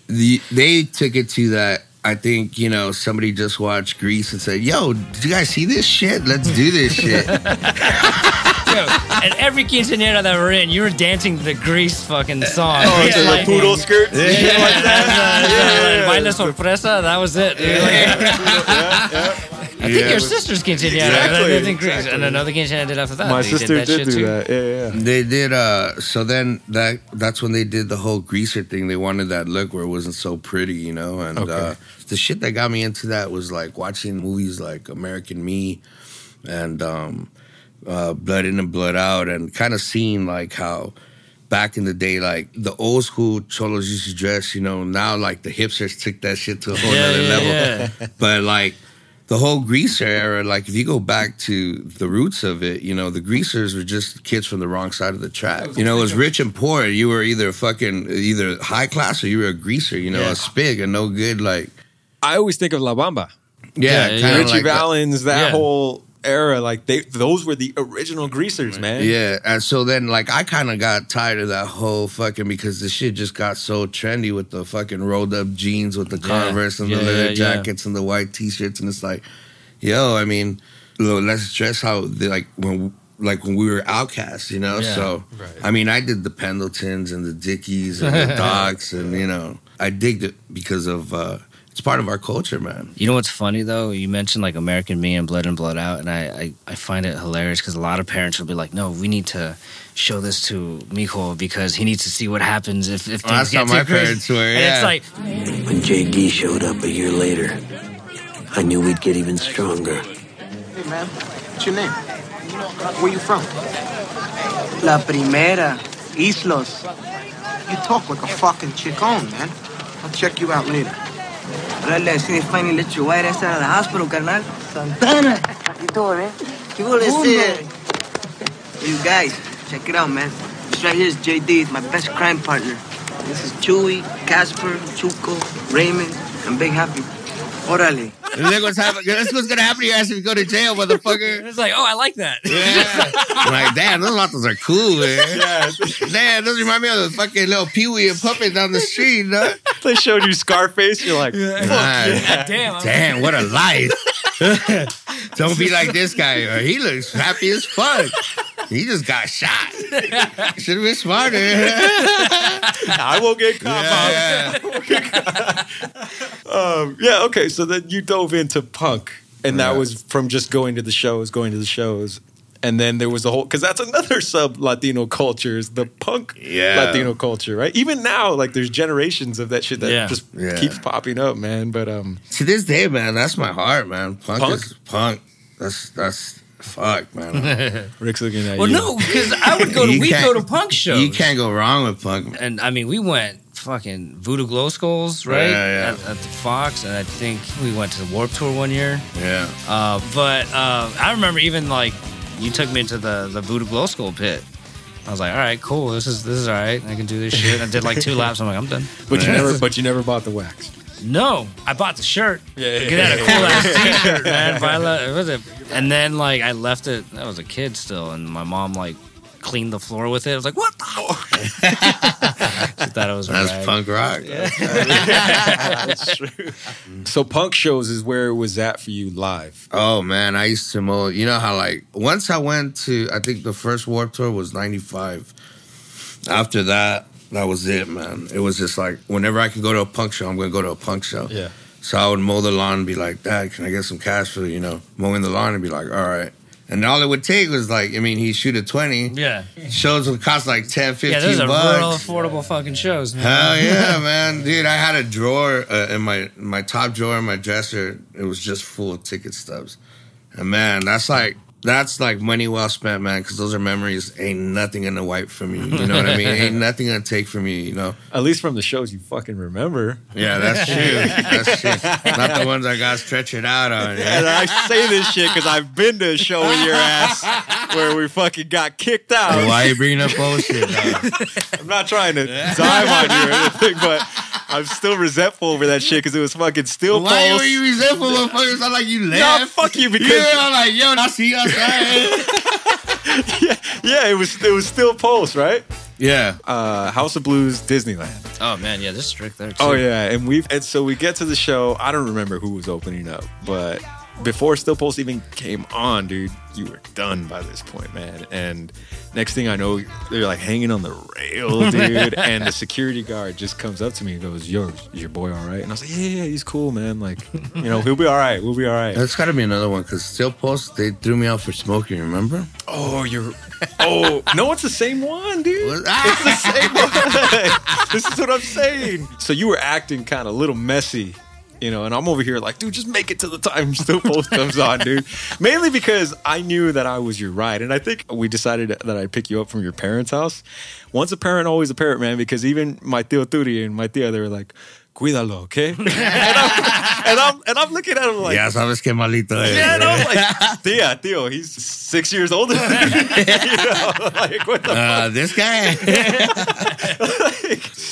Speaker 2: the, they took it to that. I think you know somebody just watched Grease and said, "Yo, did you guys see this shit? Let's do this shit."
Speaker 4: and every quinceanera that we're in, you were dancing to the Grease fucking
Speaker 2: Eh,
Speaker 4: song.
Speaker 1: Oh,
Speaker 4: Grease
Speaker 1: the
Speaker 4: lightning.
Speaker 1: poodle skirts. Yeah,
Speaker 4: Yeah, yeah, Baila sorpresa. That was it. dude. Like, I think
Speaker 2: Yeah,
Speaker 4: your
Speaker 2: it was-
Speaker 4: sister's quinceanera.
Speaker 1: Exactly,
Speaker 4: Exactly, And another quinceanera did after that.
Speaker 1: My
Speaker 4: They
Speaker 1: sister did,
Speaker 4: shit
Speaker 1: do
Speaker 4: too.
Speaker 1: that. Yeah, yeah.
Speaker 2: They did. uh So then that that's when they did the whole greaser thing. They wanted that look where it wasn't so pretty, you know. And
Speaker 1: Okay.
Speaker 2: uh, the shit that got me into that was like watching movies like American Me and um, uh, Blood In and Blood Out, and kind of seeing like how back in the day, like the old school cholos used to dress, you know. Now like the hipsters took that shit to a whole
Speaker 4: Yeah,
Speaker 2: nother
Speaker 4: yeah,
Speaker 2: level.
Speaker 4: yeah.
Speaker 2: But like the whole greaser era, like if you go back to the roots of it, you know, the greasers were just kids from the wrong side of the track. You know, it was rich and poor. You were either fucking either high class or you were a greaser, you know,
Speaker 4: Yeah.
Speaker 2: a spig, a no good like
Speaker 1: I always think of La Bamba.
Speaker 2: yeah,
Speaker 4: Yeah,
Speaker 2: kinda
Speaker 4: yeah.
Speaker 1: Richie
Speaker 2: like that.
Speaker 1: Valens, that
Speaker 4: Yeah.
Speaker 1: whole era, like they those were the original greasers, man.
Speaker 2: Yeah, and so then like I kind of got tired of that whole fucking because the shit just got so trendy with the fucking rolled up jeans with the Converse and
Speaker 4: yeah,
Speaker 2: the leather
Speaker 4: yeah.
Speaker 2: jackets and the white t-shirts and it's like, yo, I mean, lo- let's dress how they, like when like when we were outcasts, you know.
Speaker 4: Yeah,
Speaker 2: so
Speaker 1: right.
Speaker 2: I mean, I did the
Speaker 4: [LAUGHS]
Speaker 2: Pendletons and the Dickies and the Docks and you know I digged it because of. uh It's part of our culture, man.
Speaker 4: You know what's funny though? You mentioned like American Me and Blood and Blood Out, and I I, I find it hilarious because a lot of parents will be like, "No, we need to show this to Miko because he needs to see what happens if if things
Speaker 2: Well, Oh, that's
Speaker 4: get
Speaker 2: how
Speaker 4: too
Speaker 2: my
Speaker 4: crazy."
Speaker 2: parents were,
Speaker 4: And
Speaker 2: yeah.
Speaker 4: it's like
Speaker 7: When JD showed up a year later, I knew we'd get even stronger.
Speaker 8: Hey, man. What's your name? Where you from?
Speaker 9: La primera, Islos.
Speaker 8: You talk like a fucking chick on, man. I'll check you out later.
Speaker 9: Brother, I seen they finally let your white ass out of the hospital, carnal. Santana! You doing, man? You will say. You guys, check it out, man. This right here is JD, my best crime partner. This is Chewy, Casper, Chuco, Raymond, and Big Happy. Orale.
Speaker 2: And look what's happening. That's what's gonna happen to your ass if you go to jail, motherfucker.
Speaker 4: it's like, oh, I like that.
Speaker 2: Yeah. I'm like, damn, those vatos are cool, man. Damn, those remind me of the fucking little Pee Wee and Puppet down the street, huh?
Speaker 1: they showed you Scarface. You're like,
Speaker 2: Nah,
Speaker 4: Damn, I'm-
Speaker 2: Damn, what a life. Don't be like this guy. or He looks happy as fuck. He just got shot. Should have been smarter.
Speaker 1: I won't get caught.
Speaker 2: Yeah.
Speaker 1: Um, yeah, okay. So then you dove into punk, and that
Speaker 2: Right.
Speaker 1: was from just going to the shows, going to the shows. And then there was the whole, because that's another [LAUGHS] sub Latino culture is the punk
Speaker 2: Yeah.
Speaker 1: Latino culture, right? Even now, like there's generations of that shit that
Speaker 4: Yeah.
Speaker 1: just
Speaker 2: Yeah.
Speaker 1: keeps popping up, man. But um,
Speaker 2: to this day, man, that's my heart, man. Punk,
Speaker 1: Punk?
Speaker 2: is punk. That's that's fuck, man.
Speaker 1: Rick's looking at
Speaker 4: Well,
Speaker 1: you.
Speaker 4: no, because I would go
Speaker 2: [LAUGHS]
Speaker 4: to
Speaker 2: You
Speaker 4: we
Speaker 2: can't-
Speaker 4: go to punk shows.
Speaker 2: You can't go wrong with punk. man.
Speaker 4: and I mean, we went fucking Voodoo Glow Skulls, right?
Speaker 2: Yeah, yeah.
Speaker 4: At, at the Fox, and I think we went to the Warp Tour one year.
Speaker 2: Yeah.
Speaker 4: Uh, but uh, I remember even like you took me into the the Voodoo Glow School pit. I was like, all right, cool. This is this is all right. I can do this shit. I did like two laps. I'm like, I'm done.
Speaker 1: But you
Speaker 2: Yeah.
Speaker 1: never, but you never bought the wax.
Speaker 4: No, I bought the shirt. Yeah, yeah, had a cool ass T-shirt, [LAUGHS] man. Viola, what was it? And then like I left it. I was a kid still, and my mom like cleaned the floor with it. I was like, what the? [LAUGHS] fuck? she thought it was
Speaker 2: That's
Speaker 4: rag.
Speaker 2: punk rock. Yeah. Mm-hmm.
Speaker 1: So punk shows is where it was at for you live.
Speaker 2: Oh man, I used to mow. You know how like once I went to I think the first Warp Tour was '95. After that, that was it, man. It was just like whenever I could go to a punk show, I'm gonna go to a punk show.
Speaker 1: Yeah.
Speaker 2: So I would mow the lawn and be like, Dad, can I get some cash for you know mowing the lawn and be like, all right. And all it would take was like, I mean, he shoot a twenty.
Speaker 4: Yeah,
Speaker 2: Shows would cost like 10, 15
Speaker 4: yeah. Those are real
Speaker 2: bucks.
Speaker 4: affordable fucking shows.
Speaker 2: [LAUGHS]
Speaker 4: Man.
Speaker 2: Hell yeah, man, dude! I had a drawer uh, in my my top drawer in my dresser. It was just full of ticket stubs, and man, that's like that's like money well spent, man. Because those are memories. Ain't nothing gonna wipe from you. You know what I mean? Ain't nothing gonna take from you. You know?
Speaker 1: At least from the shows you fucking remember.
Speaker 2: Yeah, [LAUGHS] that's true. That's true. Not the ones I got stretching out on. Yeah.
Speaker 1: I say this shit because I've been to a show with your ass
Speaker 2: [LAUGHS]
Speaker 1: where we fucking got kicked out.
Speaker 2: Why you bringing up old shit? dog?
Speaker 1: I'm not trying to dive on you or anything, but I'm still resentful over that shit because it was fucking still
Speaker 2: [LAUGHS] Why
Speaker 1: false.
Speaker 2: were you resentful, motherfuckers? It's not like you
Speaker 1: Nah,
Speaker 2: left.
Speaker 1: fuck you because
Speaker 2: yeah, I'm like, yo, I see you outside.
Speaker 1: yeah, it was it was still Pulse, right?
Speaker 2: [LAUGHS] yeah.
Speaker 1: Uh, House of Blues, Disneyland.
Speaker 4: Oh man, yeah, this is strict there too.
Speaker 1: Oh yeah, and we and so we get to the show. I don't remember who was opening up, but before Still Pulse even came on, dude, you were done by this point, man. And next thing I know, they're like hanging on the
Speaker 2: [LAUGHS]
Speaker 1: rail, dude. and the security guard just comes up to me and goes, "Yo, is your boy all right?" And I was like, "Yeah, yeah, yeah, he's cool, man. Like, you know, he'll be all right. We'll be all right."
Speaker 2: That's got to be another one because Steel Post, they threw me out for smoking, remember?
Speaker 1: Oh, you're. Oh no, it's the same one, dude.
Speaker 2: Ah!
Speaker 1: It's the same one. [LAUGHS] this is what I'm saying. So you were acting kind of a little messy, you know, and I'm over here like, dude, just make it to the time [LAUGHS] still post comes on, dude. Mainly because I knew that I was your ride, and I think we decided that I'd pick you up from your parents' house. Once a parent, always a parent, man. Because even my tío Turi and my tía, they were like. Cuídalo, okay? [LAUGHS] and, I'm, and I'm and I'm looking at him like,
Speaker 2: Ya sabes que malito es.
Speaker 1: yeah, and I'm like, Theo, Theo, he's six years older than me. [LAUGHS] you know, like, what the
Speaker 2: Uh, this
Speaker 4: [LAUGHS]
Speaker 2: guy.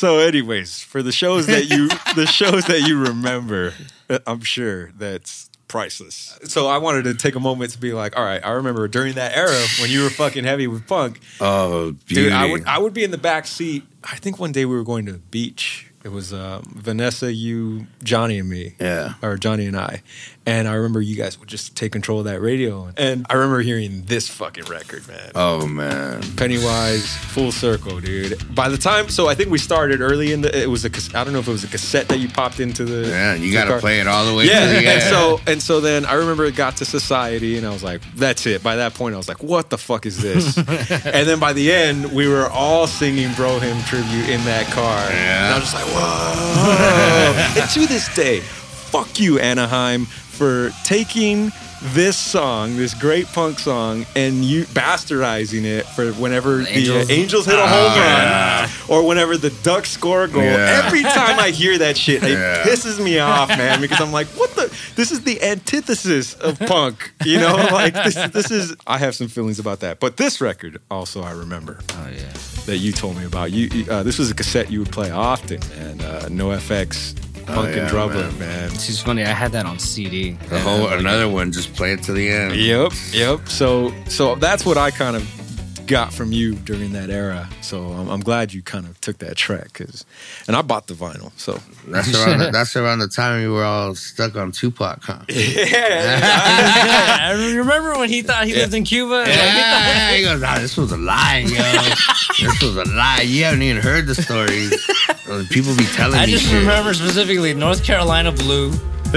Speaker 1: So, anyways, for the shows that you the shows that you remember, uh, I'm sure that's priceless. So I wanted to take a moment to be like, all right, I remember during that era when you were fucking heavy with punk,
Speaker 2: oh, beauty.
Speaker 1: dude. I would I would be in the back seat. I think one day we were going to the beach It was uh, Vanessa, you, Johnny, and me.
Speaker 2: Yeah.
Speaker 1: or Johnny and I. And I remember you guys would just take control of that radio. And I remember hearing this fucking record, man.
Speaker 2: Oh man.
Speaker 1: Pennywise, full circle, dude. By the time, so I think we started early in the. It was a. cas- I don't know if it was a cassette that you popped into the.
Speaker 2: Yeah, you
Speaker 1: the
Speaker 2: got to
Speaker 1: car.
Speaker 2: play it all the way.
Speaker 1: Yeah,
Speaker 2: to the
Speaker 1: and
Speaker 2: end.
Speaker 1: so and so then I remember it got to society, and I was like, "That's it." By that point, I was like, "What the fuck is
Speaker 2: [LAUGHS]
Speaker 1: this?" and then by the end, we were all singing "Bro Him" tribute in that car,
Speaker 2: Yeah.
Speaker 1: and I was just like, "Whoa!" [LAUGHS] and to this day, fuck you, Anaheim, for taking this song, this great punk song, and you bastardizing it for whenever the
Speaker 4: Angels.
Speaker 1: Angels, Angels hit a home run
Speaker 2: Ah. yeah.
Speaker 1: or whenever the Ducks score a goal.
Speaker 2: Yeah.
Speaker 1: Every time I hear that shit, it
Speaker 2: Yeah.
Speaker 1: pisses me off, man, because I'm like, what the? This is the antithesis of punk, you know? [LAUGHS] Like this, this is. I have some feelings about that, but this record also I remember
Speaker 4: Oh yeah.
Speaker 1: that you told me about. You, you- uh, this was a cassette you would play often, man. Uh, no FX, Punk
Speaker 2: yeah,
Speaker 1: and Drubbler, Oh, man.
Speaker 4: It's just funny. I had that on CD.
Speaker 2: the whole another one, just play it to the end.
Speaker 1: "Oh, Yep, yep. So, so that's what I kind of got from you during that era. So I'm, I'm glad you kind of took that track, cause, and I bought the vinyl, [LAUGHS] so.
Speaker 2: That's around. The, that's around the time we were all stuck on
Speaker 1: [LAUGHS]
Speaker 2: Tupac, huh?
Speaker 4: yeah, I remember when he thought he lived in Cuba.
Speaker 2: Yeah, he goes, nah, this was a lie, yo. this was a lie. You haven't even heard the stories.
Speaker 1: [LAUGHS]
Speaker 2: Uh, People be telling
Speaker 4: I
Speaker 2: me
Speaker 4: just
Speaker 2: shit.
Speaker 4: remember specifically North Carolina blue.
Speaker 1: [LAUGHS]
Speaker 4: [LAUGHS]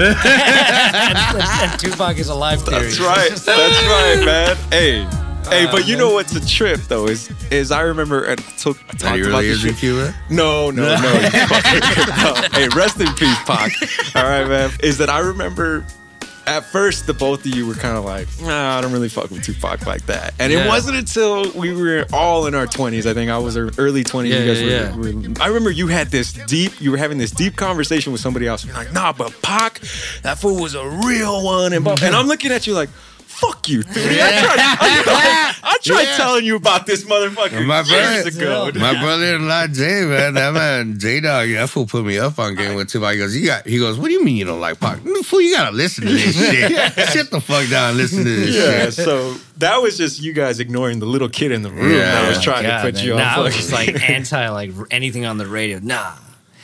Speaker 4: and Tupac is alive theory.
Speaker 1: That's
Speaker 4: [LAUGHS]
Speaker 1: right. That's right, man. Hey. Hey, but you know what's a trip though is is I remember and I took I
Speaker 2: That
Speaker 1: talked
Speaker 2: he
Speaker 1: about
Speaker 2: really
Speaker 1: this
Speaker 2: is in
Speaker 1: shit.
Speaker 2: Cuba?
Speaker 1: No, no,
Speaker 4: [LAUGHS]
Speaker 1: no. [LAUGHS] you fucker. No. Hey, rest in peace, Pac. All right, man. Is that I remember at first the both of you were kind of like, nah, I don't really fuck with Tupac like that. And
Speaker 4: Yeah.
Speaker 1: it wasn't until we were all in our 20s. I think I was early 20s.
Speaker 4: Yeah,
Speaker 1: you guys
Speaker 4: yeah,
Speaker 1: were, were- I remember you had this deep, you were having this deep conversation with somebody else. You're like, nah, but Pac, that fool was a real one. And, blah- and I'm looking at you like, fuck you, dude. I tried, I tried, I tried
Speaker 2: Yeah.
Speaker 1: telling you about this motherfucker
Speaker 2: My
Speaker 1: years
Speaker 2: brother-
Speaker 1: ago. dude.
Speaker 2: My brother-in-law Jay, man, that man J Dog, that fool put me up on game with Tupac. He goes, you got. He goes, what do you mean you don't like Pac? Fool, you gotta listen to
Speaker 1: [LAUGHS]
Speaker 2: this shit. Shut the fuck down, and listen to this
Speaker 1: Yeah,
Speaker 2: shit.
Speaker 1: so that was just you guys ignoring the little kid in the room
Speaker 2: Yeah.
Speaker 1: that was
Speaker 2: Oh my
Speaker 1: trying
Speaker 4: God,
Speaker 1: to put
Speaker 4: man.
Speaker 1: you on.
Speaker 4: Nah, I
Speaker 1: [LAUGHS]
Speaker 4: was
Speaker 1: fucking-
Speaker 4: just like anti like r- anything on the radio. Nah.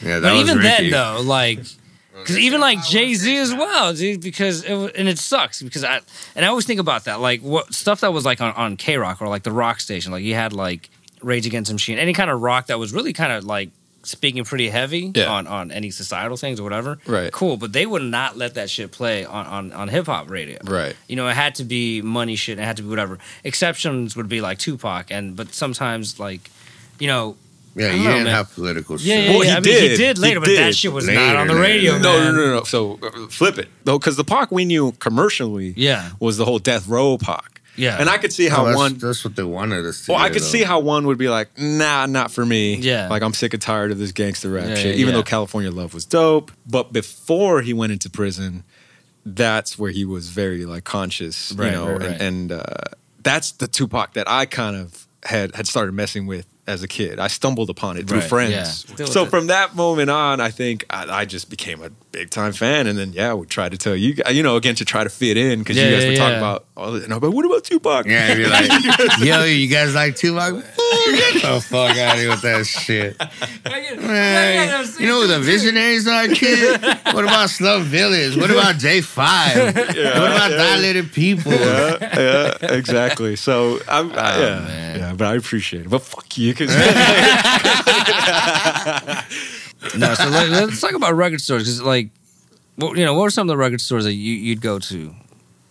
Speaker 2: Yeah, that
Speaker 4: but
Speaker 2: was
Speaker 4: even
Speaker 2: Ricky.
Speaker 4: then though, like [LAUGHS] because even like Jay Z as well, dude. Because it was, and it sucks because I and I always think about that, like what stuff that was like on on K Rock or like the rock station, like you had like Rage Against the Machine, any kind of rock that was really kind of like speaking pretty heavy
Speaker 1: Yeah.
Speaker 4: on on any societal things or whatever.
Speaker 1: Right.
Speaker 4: cool, but they would not let that shit play on on on hip hop radio.
Speaker 1: Right.
Speaker 4: You know, it had to be money shit. It had to be whatever. Exceptions would be like Tupac, and but sometimes like, you know,
Speaker 2: Yeah,
Speaker 4: I
Speaker 2: you
Speaker 4: don't know,
Speaker 2: didn't
Speaker 4: man.
Speaker 2: have political
Speaker 4: yeah,
Speaker 2: shit.
Speaker 4: yeah,
Speaker 1: Well,
Speaker 4: yeah.
Speaker 1: he
Speaker 4: I mean, he
Speaker 1: did.
Speaker 4: did
Speaker 1: He
Speaker 4: later, but that
Speaker 1: did.
Speaker 4: shit was
Speaker 2: Later,
Speaker 4: not on the
Speaker 2: later.
Speaker 4: radio.
Speaker 1: no,
Speaker 4: man.
Speaker 1: no, no, no. So uh, flip it though, because the Pac we knew commercially
Speaker 4: Yeah.
Speaker 1: was the whole death row Pac.
Speaker 4: Yeah.
Speaker 1: and I could see how
Speaker 2: Oh, that's,
Speaker 1: one.
Speaker 2: that's what they wanted us to
Speaker 1: Well, I
Speaker 2: do,
Speaker 1: could
Speaker 2: though.
Speaker 1: see how one would be like, nah, not for me.
Speaker 4: Yeah.
Speaker 1: Like, I'm sick and tired of this gangster rap
Speaker 4: Yeah,
Speaker 1: shit,
Speaker 4: yeah,
Speaker 1: even
Speaker 4: yeah.
Speaker 1: though California Love was dope. But before he went into prison, that's where he was very, like, conscious,
Speaker 4: Right,
Speaker 1: you know?
Speaker 4: right, right.
Speaker 1: And, and uh, that's the Tupac that I kind of had, had started messing with as a kid. I stumbled upon it through
Speaker 4: Right,
Speaker 1: friends.
Speaker 4: yeah. Still
Speaker 1: So
Speaker 4: with it.
Speaker 1: from that moment on, I think I, I just became a big time fan. And then, yeah, we tried to tell you, guys- you know, again, to try to fit in because
Speaker 4: Yeah,
Speaker 1: you guys
Speaker 4: yeah,
Speaker 1: were talking
Speaker 4: yeah.
Speaker 1: about, all this, and I'm like, what about Tupac?
Speaker 2: Yeah, I'd be
Speaker 1: [LAUGHS]
Speaker 2: like, yo, you guys like Tupac? Fool, Get the fuck out of here with that shit. Man, you know who the visionaries are, kid? What about Slum Village? What about J5? What about Dilated People?
Speaker 1: yeah, exactly. So I'm, I- yeah,
Speaker 4: man.
Speaker 1: yeah, but I appreciate it. But fuck you, [LAUGHS] because
Speaker 4: no, so let, let's talk about record stores because, like, what, you know, what were some of the record stores that you, you'd go to?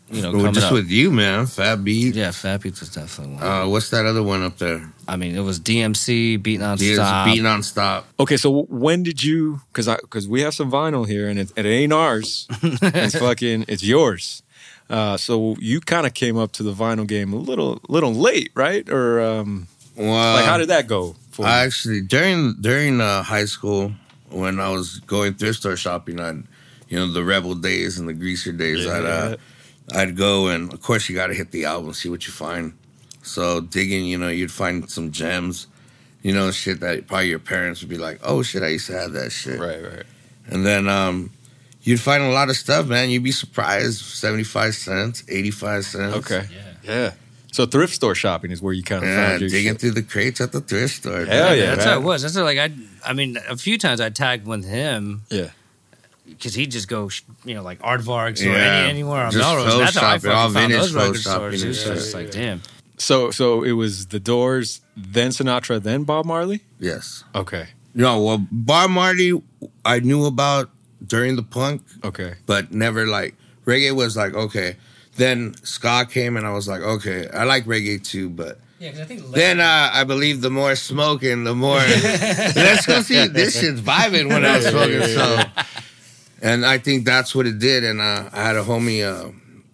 Speaker 4: You know,
Speaker 2: Well,
Speaker 4: coming
Speaker 2: just
Speaker 4: up?
Speaker 2: with you, man. Fat Beat.
Speaker 4: yeah, Fat Beats was definitely one.
Speaker 2: Uh, what's that other one up there?
Speaker 4: I mean, it was DMC, Beat
Speaker 2: He
Speaker 4: Nonstop.
Speaker 2: Stop. Beat Nonstop.
Speaker 1: okay. So when did you? Because I because we have some vinyl here, and it, it ain't ours. [LAUGHS] it's fucking it's yours. Uh, so you kind of came up to the vinyl game a little little late, right? Or um,
Speaker 2: Well,
Speaker 1: like how did that go? For
Speaker 2: I
Speaker 1: you?
Speaker 2: actually during during uh, high school when I was going thrift store shopping on, you know, the Rebel days and the Greaser days, I'd uh, I'd go and of course you got to hit the album, see what you find. So digging, you know, you'd find some gems, you know, shit that probably your parents would be like, "Oh shit, I used to have that shit."
Speaker 1: right, right.
Speaker 2: And then um, you'd find a lot of stuff, man. You'd be surprised, seventy five cents, eighty five cents.
Speaker 1: Okay. Yeah. So thrift store shopping is where you kind of
Speaker 2: Yeah,
Speaker 1: found your
Speaker 2: digging
Speaker 1: shit.
Speaker 2: through the crates at the thrift store.
Speaker 1: Hell
Speaker 2: man.
Speaker 1: yeah,
Speaker 4: that's
Speaker 1: man.
Speaker 4: how it was. That's how, like I. I mean, a few times I tagged with him
Speaker 1: Yeah,
Speaker 4: because he'd just go, sh- you know, like Aardvarks or
Speaker 2: Yeah.
Speaker 4: any, anywhere on
Speaker 2: Just
Speaker 4: Melrose.
Speaker 2: faux
Speaker 4: That's how I
Speaker 2: shopping, all
Speaker 4: fucking found
Speaker 2: vintage
Speaker 4: those record
Speaker 2: faux shopping
Speaker 4: stores. It
Speaker 2: and
Speaker 4: was
Speaker 2: shit.
Speaker 4: just like, damn.
Speaker 1: So so it was the Doors, then Sinatra, then Bob Marley.
Speaker 2: Yes.
Speaker 1: Okay,
Speaker 2: No, well, Bar Marty, I knew about during the punk,
Speaker 1: okay,
Speaker 2: but never like reggae was like okay. Then ska came, and I was like, okay, I like reggae too, but
Speaker 4: Yeah, because I think
Speaker 2: Then uh, I believe the more smoking, the more [LAUGHS] let's go see this shit's vibing when I was smoking. So, and I think that's what it did. And uh, I had a homie, uh,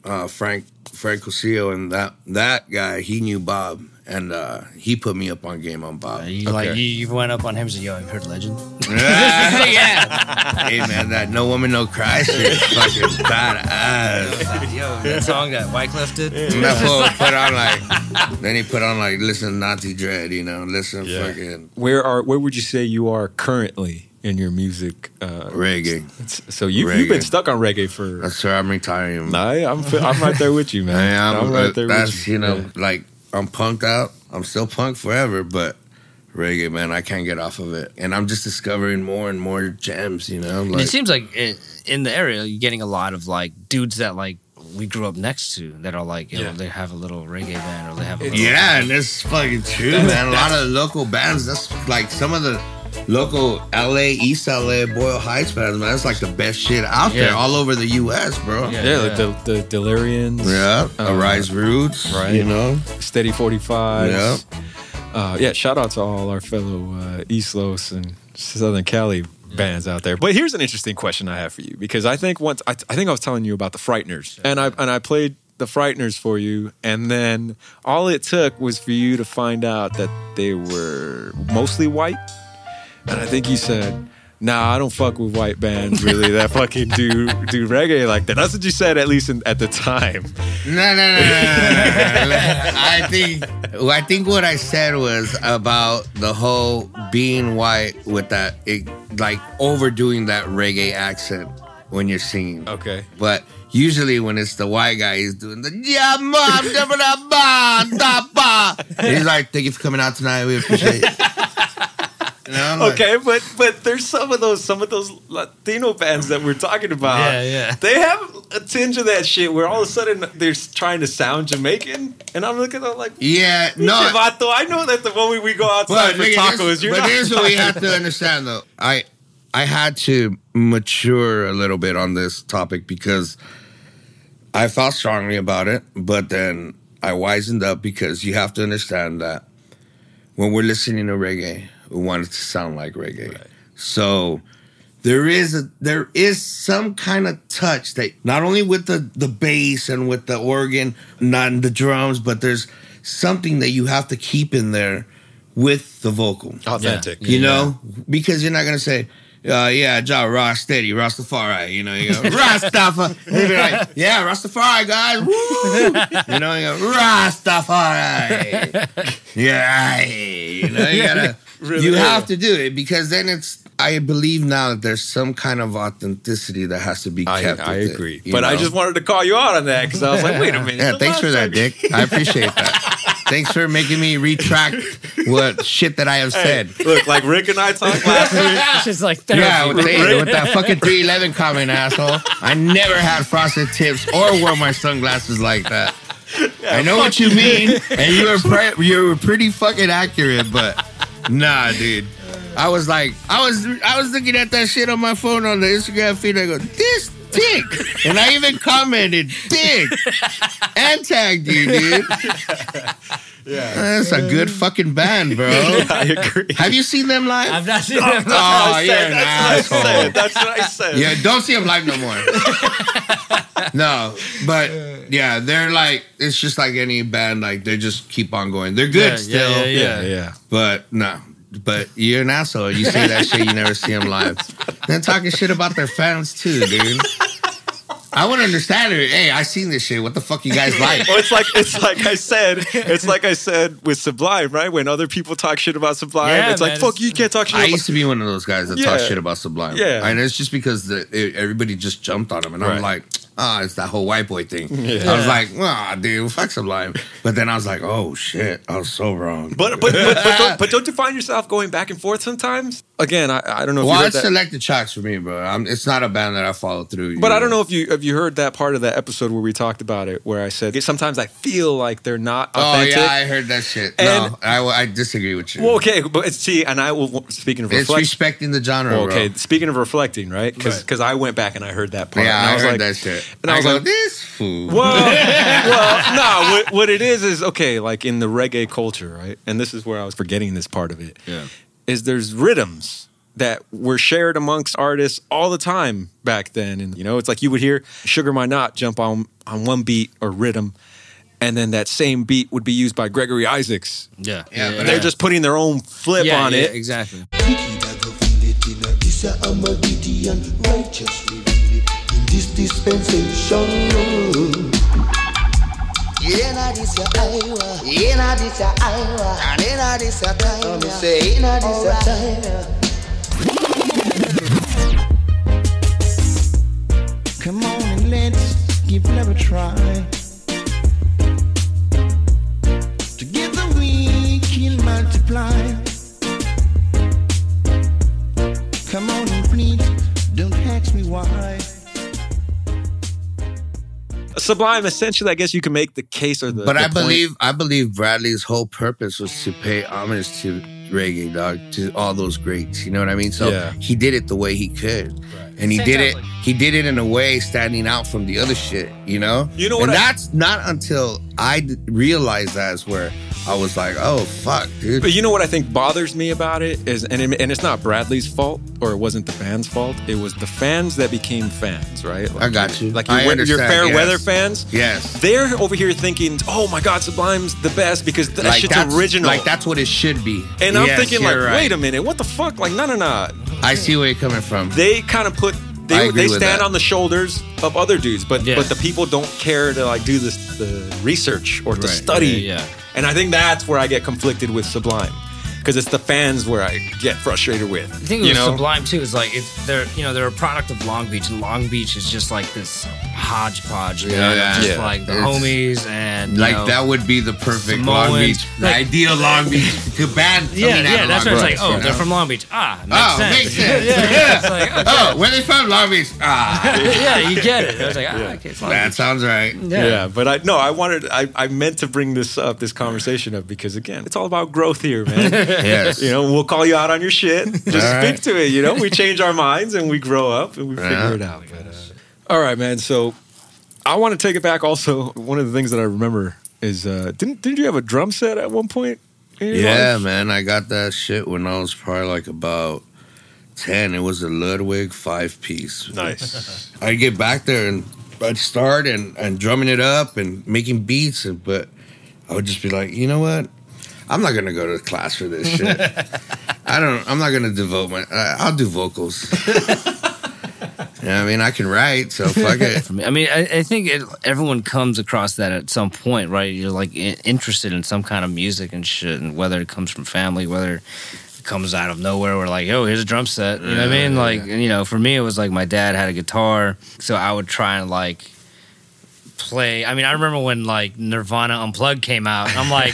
Speaker 2: uh, Frank Frank Cosillo, and that that guy he knew Bob, and uh, he put me up on game on Bob.
Speaker 4: you like you, you went up on him and said, "Yo, I've heard legend."
Speaker 2: [LAUGHS] yeah, hey man, that no woman no cry shit, is fucking badass.
Speaker 4: Yo, that song that Wyclef did.
Speaker 2: And that fool put on like, then he put on like, listen, Nazi Dread, you know, listen,
Speaker 1: Yeah.
Speaker 2: fucking
Speaker 1: where are where would you say you are currently in your music? Uh,
Speaker 2: reggae.
Speaker 1: s- so you you've been
Speaker 2: Reggae.
Speaker 1: stuck on reggae for.
Speaker 2: That's where I'm retiring.
Speaker 1: I, I'm fe- I'm right there with you,
Speaker 2: [LAUGHS]
Speaker 1: man.
Speaker 2: I am.
Speaker 1: I'm right there
Speaker 2: that's
Speaker 1: with
Speaker 2: you
Speaker 1: you.
Speaker 2: know,
Speaker 1: Yeah.
Speaker 2: like I'm punked out. I'm still punk forever, but reggae, man, I can't get off of it. And I'm just discovering more and more gems. You know,
Speaker 4: And
Speaker 2: like
Speaker 4: it seems like i in the area, you're getting a lot of like dudes that like we grew up next to that are like, you
Speaker 1: Yeah.
Speaker 4: know, they have a little reggae band or they have a little
Speaker 2: yeah, and it's fucking true, man. A lot of local bands. That's like some of the local LA, East LA, Boyle Heights bands, man. That's like the best shit out there,
Speaker 4: Yeah.
Speaker 2: all over the U.S., bro. Yeah,
Speaker 4: Yeah.
Speaker 1: Yeah, like the the Delirians, Uh,
Speaker 2: Arise Roots,
Speaker 1: right.
Speaker 2: You know,
Speaker 1: Steady Forty Five.
Speaker 2: Yeah.
Speaker 1: uh, yeah. Shout out to all our fellow uh, East Los and Southern Cali bands out there. But here's an interesting question I have for you because I think once I, I think I was telling you about the Frighteners, and I and I played the Frighteners for you, and then all it took was for you to find out that they were mostly white, and I think you said. Nah, I don't fuck with white bands really that fucking do do reggae like that. That's what you said at least in, at the time.
Speaker 2: No, no, no, no, no, no, no, no. I think I think what I said was about the whole being white with that, it, like overdoing that reggae accent when you're singing.
Speaker 1: Okay.
Speaker 2: But usually when it's the white guy, he's doing the yeah, mom, da ba da ba da ba. And He's like, "Thank you for coming out tonight. We appreciate it." [LAUGHS] You know, I'm like,
Speaker 1: Okay, but but there's some of those some of those Latino bands that we're talking about.
Speaker 4: Yeah, yeah.
Speaker 1: They have a tinge of that shit where all of a sudden they're trying to sound Jamaican, and I'm looking at them like,
Speaker 2: Yeah,
Speaker 1: no,
Speaker 2: no,
Speaker 1: vato, I know that the moment we go outside for
Speaker 2: nigga,
Speaker 1: tacos,
Speaker 2: this-
Speaker 1: you're
Speaker 2: but
Speaker 1: not.
Speaker 2: [LAUGHS] here's what we have to understand, though. I I had to mature a little bit on this topic because I felt strongly about it, but then I wisened up because you have to understand that when we're listening to reggae, we want it to sound like reggae. So there is a there is some kind of touch that not only with the the bass and with the organ, not in the drums, but there's something that you have to keep in there with the vocal.
Speaker 1: Oh, authentic.
Speaker 2: You know, because you're not gonna say, uh, "Yeah, Ja Ross Steady Rastafari." You know, you go [LAUGHS] Rastafari. They'd be like, "Yeah, Rastafari guys." Woo! You know, you go Rastafari. yeah, you know,
Speaker 1: [LAUGHS]
Speaker 2: you gotta. you have to do it because then it's. I believe now that there's some kind of authenticity that has to be kept. with it, you
Speaker 1: but I
Speaker 2: know?
Speaker 1: just wanted to call you out on that because I was like, wait a minute.
Speaker 2: Yeah,
Speaker 1: the
Speaker 2: thanks for
Speaker 1: last
Speaker 2: that,
Speaker 1: time-
Speaker 2: Dick. I
Speaker 1: [LAUGHS]
Speaker 2: appreciate that. thanks for making me retract what shit that I have said.
Speaker 1: [LAUGHS] Look, like Rick and I talked last week.
Speaker 4: She's like,
Speaker 2: Yeah,
Speaker 4: therapy.
Speaker 2: with, the- with that fucking 311 comment, asshole. I never had frosted tips or wore my sunglasses like that. I know what you mean, and you were pre- you were pretty fucking accurate, but nah, dude. I was like, I was I was looking at that shit on my phone on the Instagram feed. I go, this dick, and I even commented dick and tagged you, dude. Yeah, that's a good fucking band, bro.
Speaker 1: I agree.
Speaker 2: Have you seen them live?
Speaker 4: I've not seen that.
Speaker 2: oh,
Speaker 1: I
Speaker 2: you're
Speaker 1: said,
Speaker 2: an
Speaker 1: that's
Speaker 2: asshole.
Speaker 1: what I said. That's what I said.
Speaker 2: Yeah, don't see him live
Speaker 1: [LAUGHS]
Speaker 2: no more. no, but yeah, they're like it's just like any band. Like they just keep on going. They're good
Speaker 4: Yeah,
Speaker 2: still,
Speaker 4: yeah,
Speaker 1: yeah.
Speaker 4: yeah,
Speaker 1: yeah.
Speaker 2: but no. But you're an asshole. You say that shit. You never see them live. Then talking shit about their fans too, dude. I would understand it. Hey, I seen this shit. What the fuck you guys like?
Speaker 1: Well, it's like it's like I said. It's like I said with Sublime, right? When other people talk shit about Sublime,
Speaker 4: Yeah,
Speaker 1: it's like
Speaker 4: man,
Speaker 1: fuck
Speaker 4: it's-
Speaker 1: you, you can't talk shit.
Speaker 2: I
Speaker 1: About-
Speaker 2: used to be one of those guys that
Speaker 1: Yeah.
Speaker 2: talk shit about Sublime.
Speaker 1: Yeah.
Speaker 2: And it's just because the, it, everybody just jumped on him. And
Speaker 1: Right.
Speaker 2: I'm like, ah, it's that whole white boy thing.
Speaker 1: Yeah.
Speaker 2: I was like, ah, dude, fuck Sublime. But then I was like, oh shit, I was so wrong.
Speaker 1: But but but, but,
Speaker 2: [LAUGHS]
Speaker 1: don't, but don't you find yourself going back and forth sometimes? Again, I, I don't know if
Speaker 2: well,
Speaker 1: you
Speaker 2: I
Speaker 1: heard that.
Speaker 2: selected tracks for me, bro. I'm, it's not a band that I follow through. you
Speaker 1: But I don't know if you if you heard that part of that episode where we talked about it, where I said sometimes I feel like they're not
Speaker 2: Oh
Speaker 1: authentic.
Speaker 2: yeah, I heard that shit.
Speaker 1: And-
Speaker 2: no, I, I disagree with you.
Speaker 1: well, okay, but it's see, and I will. Speaking of
Speaker 2: it's
Speaker 1: reflection,
Speaker 2: respecting the genre,
Speaker 1: Well, okay.
Speaker 2: bro.
Speaker 1: Speaking of reflecting, right? Because
Speaker 4: Right.
Speaker 1: I went back and I heard that part.
Speaker 2: Yeah,
Speaker 1: and
Speaker 2: I,
Speaker 1: was
Speaker 2: heard
Speaker 1: like,
Speaker 2: that shit.
Speaker 1: and I was
Speaker 2: go,
Speaker 1: like-
Speaker 2: this fool. [LAUGHS]
Speaker 1: Well, well, no. What, what it is is okay. Like in the reggae culture, right? And this is where I was forgetting this part of it.
Speaker 4: Yeah.
Speaker 1: Is there's rhythms that were shared amongst artists all the time back then, and you know, it's like you would hear "Sugar My Knot" jump on on one beat or rhythm. And then that same beat would be used by Gregory Isaacs.
Speaker 4: Yeah.
Speaker 2: Yeah, but
Speaker 1: They're just putting their own flip
Speaker 4: yeah,
Speaker 1: on
Speaker 4: yeah,
Speaker 1: it.
Speaker 4: Exactly.
Speaker 10: Come on and let's give love a try. Together we can multiply. Come on and please, don't ask me why.
Speaker 1: Sublime, essentially, I guess you can make the case or the.
Speaker 2: But
Speaker 1: the
Speaker 2: I
Speaker 1: point-
Speaker 2: believe I believe Bradley's whole purpose was to pay homage to reggae, dog, to all those greats. You know what I mean? So
Speaker 1: Yeah.
Speaker 2: he did it the way he could, and he did it. He did it in a way standing out from the other shit. You know?
Speaker 1: You know what
Speaker 2: And
Speaker 1: I-
Speaker 2: that's not until I d- realized that's where I was like, oh fuck, dude.
Speaker 1: But you know what I think bothers me about it is, and it, and it's not Bradley's fault or it wasn't the band's fault. It was the fans that became fans, right? Like,
Speaker 2: I got you.
Speaker 1: Like your,
Speaker 2: I
Speaker 1: we- your
Speaker 2: understand,
Speaker 1: fair
Speaker 2: yes.
Speaker 1: weather fans.
Speaker 2: yes.
Speaker 1: They're over here thinking, "Oh my God, Sublime's the best because that shit's
Speaker 2: that's,
Speaker 1: original."
Speaker 2: Like that's what it should be.
Speaker 1: and I'm
Speaker 2: Yes,
Speaker 1: thinking, like,
Speaker 2: you're right.
Speaker 1: wait a minute, what the fuck? Like, no, no, no.
Speaker 2: I see where you're coming from.
Speaker 1: They kind of put
Speaker 2: I
Speaker 1: they
Speaker 2: agree
Speaker 1: they
Speaker 2: with
Speaker 1: stand
Speaker 2: that.
Speaker 1: on the shoulders of other dudes, but
Speaker 4: Yes.
Speaker 1: but the people don't care to like do this the research or to
Speaker 2: Right.
Speaker 1: study.
Speaker 4: Yeah, yeah.
Speaker 1: And I think that's where I get conflicted with Sublime. Because it's the fans where I get frustrated with.
Speaker 4: I think it was
Speaker 1: you know?
Speaker 4: Sublime too. Is like it's they're you know they're a product of Long Beach, and Long Beach is just like this hodgepodge, man,
Speaker 2: Yeah,
Speaker 4: of
Speaker 2: yeah.
Speaker 4: just
Speaker 1: Yeah.
Speaker 4: like the
Speaker 2: It's-
Speaker 4: homies and you
Speaker 2: Like
Speaker 4: know,
Speaker 2: that would be the perfect Long
Speaker 4: Samoans.
Speaker 2: Beach, the
Speaker 4: Like-
Speaker 2: ideal Long Beach to band.
Speaker 4: [LAUGHS] Yeah,
Speaker 2: I mean, out
Speaker 4: yeah,
Speaker 2: of
Speaker 4: that's
Speaker 2: Long
Speaker 4: what it's
Speaker 2: Beach,
Speaker 4: like. Oh,
Speaker 2: you
Speaker 4: they're
Speaker 2: know?
Speaker 4: from Long Beach. Ah, makes
Speaker 2: Oh,
Speaker 4: sense. [LAUGHS]
Speaker 2: makes sense.
Speaker 4: yeah, yeah. It's like, okay.
Speaker 2: [LAUGHS] Oh, where they from? Long Beach. Ah,
Speaker 4: yeah, you get it. I was like, ah, okay, it's Long
Speaker 2: that
Speaker 4: Beach.
Speaker 2: sounds
Speaker 4: [LAUGHS]
Speaker 2: right.
Speaker 1: Yeah. but I no, I wanted I, I meant to bring this up, this conversation up, because again, it's all about growth here,
Speaker 2: [LAUGHS]
Speaker 1: man.
Speaker 2: Yes.
Speaker 1: you know, we'll call you out on your
Speaker 2: [LAUGHS]
Speaker 1: shit. Just
Speaker 2: All
Speaker 1: speak
Speaker 2: right.
Speaker 1: to it, you know. We change our minds and we grow up and we figure
Speaker 2: Yeah.
Speaker 1: it out. But, uh, all right, man. So I want to take it back also. One of the things that I remember is uh didn't didn't you have a drum set at one point? in your
Speaker 2: Yeah,
Speaker 1: life?
Speaker 2: man, I got that shit when I was probably like about ten. It was a Ludwig five piece.
Speaker 1: Nice.
Speaker 2: I'd get back there and I'd start and, and drumming it up and making beats, and, but I would just be like, you know what? I'm not gonna go to class for this
Speaker 4: [LAUGHS]
Speaker 2: shit. I don't. I'm not gonna devote my. I I'll do
Speaker 4: [LAUGHS]
Speaker 2: vocals. you know what I mean, I can write, so fuck it.
Speaker 4: [LAUGHS] For me- I mean, I, I think it, everyone comes across that at some point, right? You're like i- interested in some kind of music and shit, and whether it comes from family, whether it comes out of nowhere, we're like, yo, here's a drum set. You know what I mean? Like, and, you know, for me, it was like my dad had a guitar, so I would try and like play. I mean, I remember when like Nirvana Unplugged came out, and
Speaker 2: [LAUGHS]
Speaker 4: I'm like.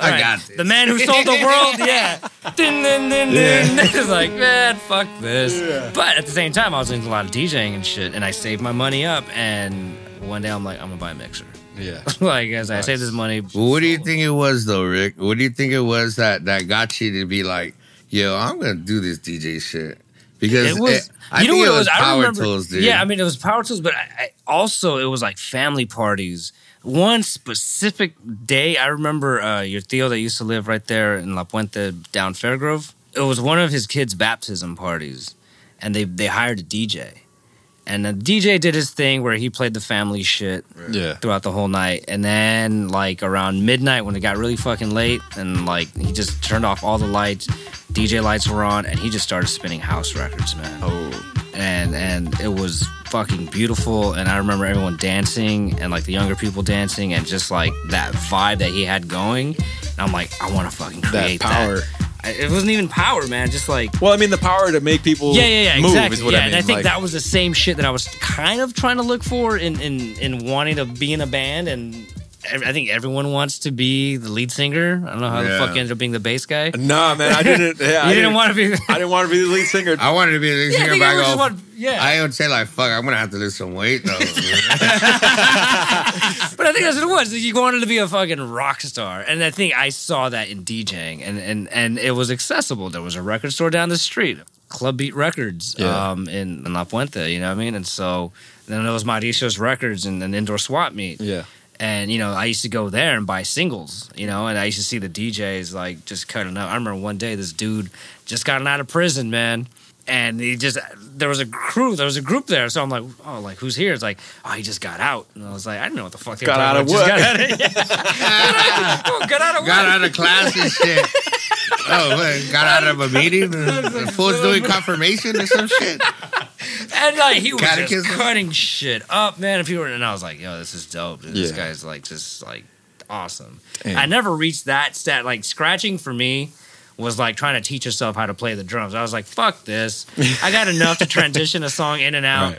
Speaker 2: I
Speaker 4: "Alright,
Speaker 2: got this."
Speaker 4: the man who sold the
Speaker 2: [LAUGHS]
Speaker 4: world. Yeah, din, din, din, din. [LAUGHS] it's like man, fuck this. But at the same time, I was into a lot of DJing and shit, and I saved my money up. And one day, I'm like, I'm gonna buy a mixer. [LAUGHS]
Speaker 1: yeah.
Speaker 4: like, as I saved this money,
Speaker 2: Well, what do you think it was though, Rick? What do you think it was that that got you to be like, yo, I'm gonna do this DJ shit because
Speaker 4: It was.
Speaker 2: it- I
Speaker 4: you know
Speaker 2: think
Speaker 4: what
Speaker 2: it was
Speaker 4: I
Speaker 2: power
Speaker 4: remember-
Speaker 2: tools, dude.
Speaker 4: Yeah, I mean it was power tools, but I, I also it was like family parties. One specific day, I remember uh, your Theo that used to live right there in La Puente down Fairgrove. It was one of his kids' baptism parties, and they they hired a DJ, and the DJ did his thing where he played the family shit
Speaker 1: Yeah.
Speaker 4: throughout the whole night. And then, like, around midnight when it got really fucking late, and like, he just turned off all the lights, DJ lights were on, and he just started spinning house records, man.
Speaker 1: Oh.
Speaker 4: And, and it was fucking beautiful. And I remember everyone dancing and like the younger people dancing and just like that vibe that he had going. And I'm like, I wanna fucking
Speaker 1: That
Speaker 4: create that.
Speaker 1: power.
Speaker 4: I- It wasn't even power, man. Just like
Speaker 1: Well, I mean, the power to make people
Speaker 4: yeah, yeah, yeah,
Speaker 1: move
Speaker 4: exactly.
Speaker 1: is what
Speaker 4: yeah,
Speaker 1: I mean.
Speaker 4: and I think
Speaker 1: like,
Speaker 4: that was the same shit that I was kind of trying to look for in in in wanting to be in a band, and ev- I think everyone wants to be the lead singer. I don't know how the
Speaker 1: Yeah.
Speaker 4: fuck you ended up being the bass guy.
Speaker 1: [LAUGHS] Nah, man, I didn't. Yeah,
Speaker 4: [LAUGHS]
Speaker 1: I
Speaker 4: You didn't wanna be- [LAUGHS]
Speaker 1: I didn't want to be the lead singer.
Speaker 2: I wanted to be the lead
Speaker 4: Yeah, I
Speaker 2: singer.
Speaker 4: think
Speaker 2: but I
Speaker 4: everyone
Speaker 2: go,
Speaker 4: just wanted- yeah.
Speaker 2: I would say like, fuck, I'm gonna have to lose some weight though.
Speaker 4: But I think that's what it was. You wanted to be a fucking rock star, and I think I saw that in DJing, and and and it was accessible. There was a record store down the street, Club Beat Records,
Speaker 1: Yeah.
Speaker 4: um, in, in La Puente. You know what I mean? And so then there was Mauricio's Records and an indoor swap meet.
Speaker 1: Yeah.
Speaker 4: And you know, I used to go there and buy singles, you know, and I used to see the DJs like just cutting up. I remember one day this dude just gotten out of prison, man. And he just there was a crew, there was a group there. So I'm like, oh, like who's here? It's like, oh, he just got out. And I was like, I didn't know what the fuck they were
Speaker 1: Got
Speaker 4: talking
Speaker 1: out of
Speaker 4: about.
Speaker 1: what?
Speaker 4: Just got out of- [LAUGHS] Oh, got out of
Speaker 2: got out of class and shit. Oh, what, got out of a
Speaker 4: [LAUGHS]
Speaker 2: meeting. The fool's doing confirmation or some shit.
Speaker 4: And like he was
Speaker 2: Catechism.
Speaker 4: just cutting shit up, man. If you were, and I was like, yo, this is dope. dude. This
Speaker 1: Yeah.
Speaker 4: guy's like just like awesome.
Speaker 1: Damn.
Speaker 4: I never reached that stat. Like scratching for me was like trying to teach yourself how to play the drums. I was like, fuck this. I got
Speaker 1: [LAUGHS]
Speaker 4: enough to transition a song in and out.
Speaker 1: Right.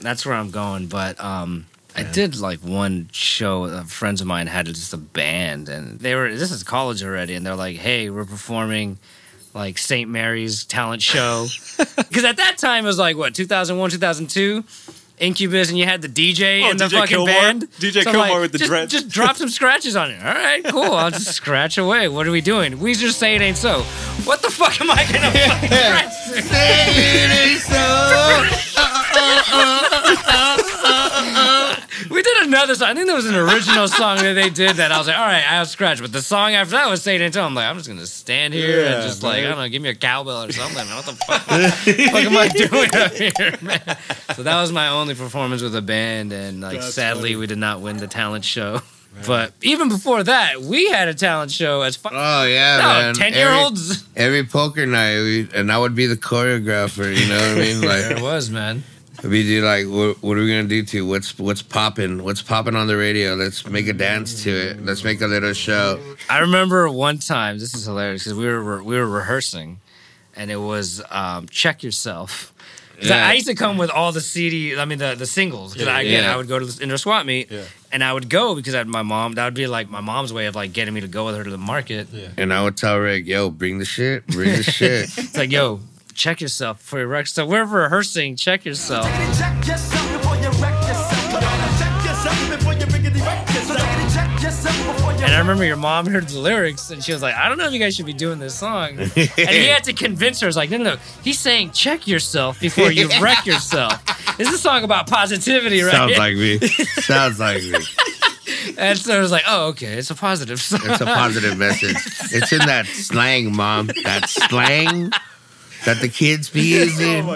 Speaker 4: That's where I'm going. But um I did like one show. uh, Friends of mine had just a band, and they were. This is college already, and they're like, "Hey, we're performing like St. Mary's
Speaker 1: [LAUGHS]
Speaker 4: talent show. Because at that time it was like what 2001, 2002, Incubus, and you had the DJ
Speaker 1: Oh,
Speaker 4: and the
Speaker 1: DJ
Speaker 4: fucking
Speaker 1: Kilmore?
Speaker 4: band.
Speaker 1: DJ
Speaker 4: I'm
Speaker 1: Kilmore with the
Speaker 4: just,
Speaker 1: dreads."
Speaker 4: Just drop some scratches on it. All right, cool. I'll just scratch away. What are we doing? Weezer say it ain't so. What the fuck am I
Speaker 1: [LAUGHS]
Speaker 4: gonna fucking scratch? We did another song. I think there was an original song that they did that I was like, all right, I'll scratch. But the song after that was Say It Ain't So. I'm like, I'm just gonna stand here and
Speaker 1: Yeah,
Speaker 4: just like,
Speaker 1: man.
Speaker 4: I don't know, give me a cowbell or something. man. What the fuck, fuck am I doing up here, man? So that was my only performance with a band, and like
Speaker 1: That's
Speaker 4: sadly
Speaker 1: funny.
Speaker 4: we did not win the talent show. [LAUGHS] But even before that, we had a talent show as fuck.
Speaker 2: Oh yeah,
Speaker 4: no,
Speaker 2: man.
Speaker 4: ten year olds.
Speaker 2: Every, every poker night, we, and I would be the choreographer. You know what I mean?
Speaker 4: [LAUGHS] There it
Speaker 2: Like
Speaker 4: was, man.
Speaker 2: we'd be like, what, what are we gonna do to you? what's what's popping? What's popping on the radio? Let's make a dance to it. Let's make a little show.
Speaker 4: I remember one time. This is hilarious because we were we were rehearsing, and it was um, check yourself. 'Cause I-
Speaker 2: Yeah.
Speaker 4: I, used to come with all the CD, I mean the the singles. Because I, again,
Speaker 2: Yeah.
Speaker 4: I would go to the indoor swap meet, and I would go because I had my mom. That would be like my mom's way of like getting me to go with her to the market.
Speaker 2: And I would tell Rick, "Yo, bring the shit. Bring the shit."
Speaker 4: [LAUGHS] It's like, yo, check yourself before you wreck. So we're rehearsing. Check yourself.
Speaker 10: Check yourself before you wreck yourself. Check yourself before you riggedy wreck yourself. Check yourself before you.
Speaker 4: And I remember your mom heard the lyrics and she was like, I don't know if you guys should be doing this
Speaker 2: [LAUGHS]
Speaker 4: song. and he had to convince her, it's like, no, no, no. He's saying, check yourself before
Speaker 2: [LAUGHS]
Speaker 4: you wreck yourself. This is a song about positivity, right?
Speaker 2: Sounds like me. Sounds like me.
Speaker 4: [LAUGHS] and so I was like, oh, okay, it's a positive song.
Speaker 2: It's a positive message. It's in that slang, mom. That slang that the kids be using.
Speaker 4: [LAUGHS]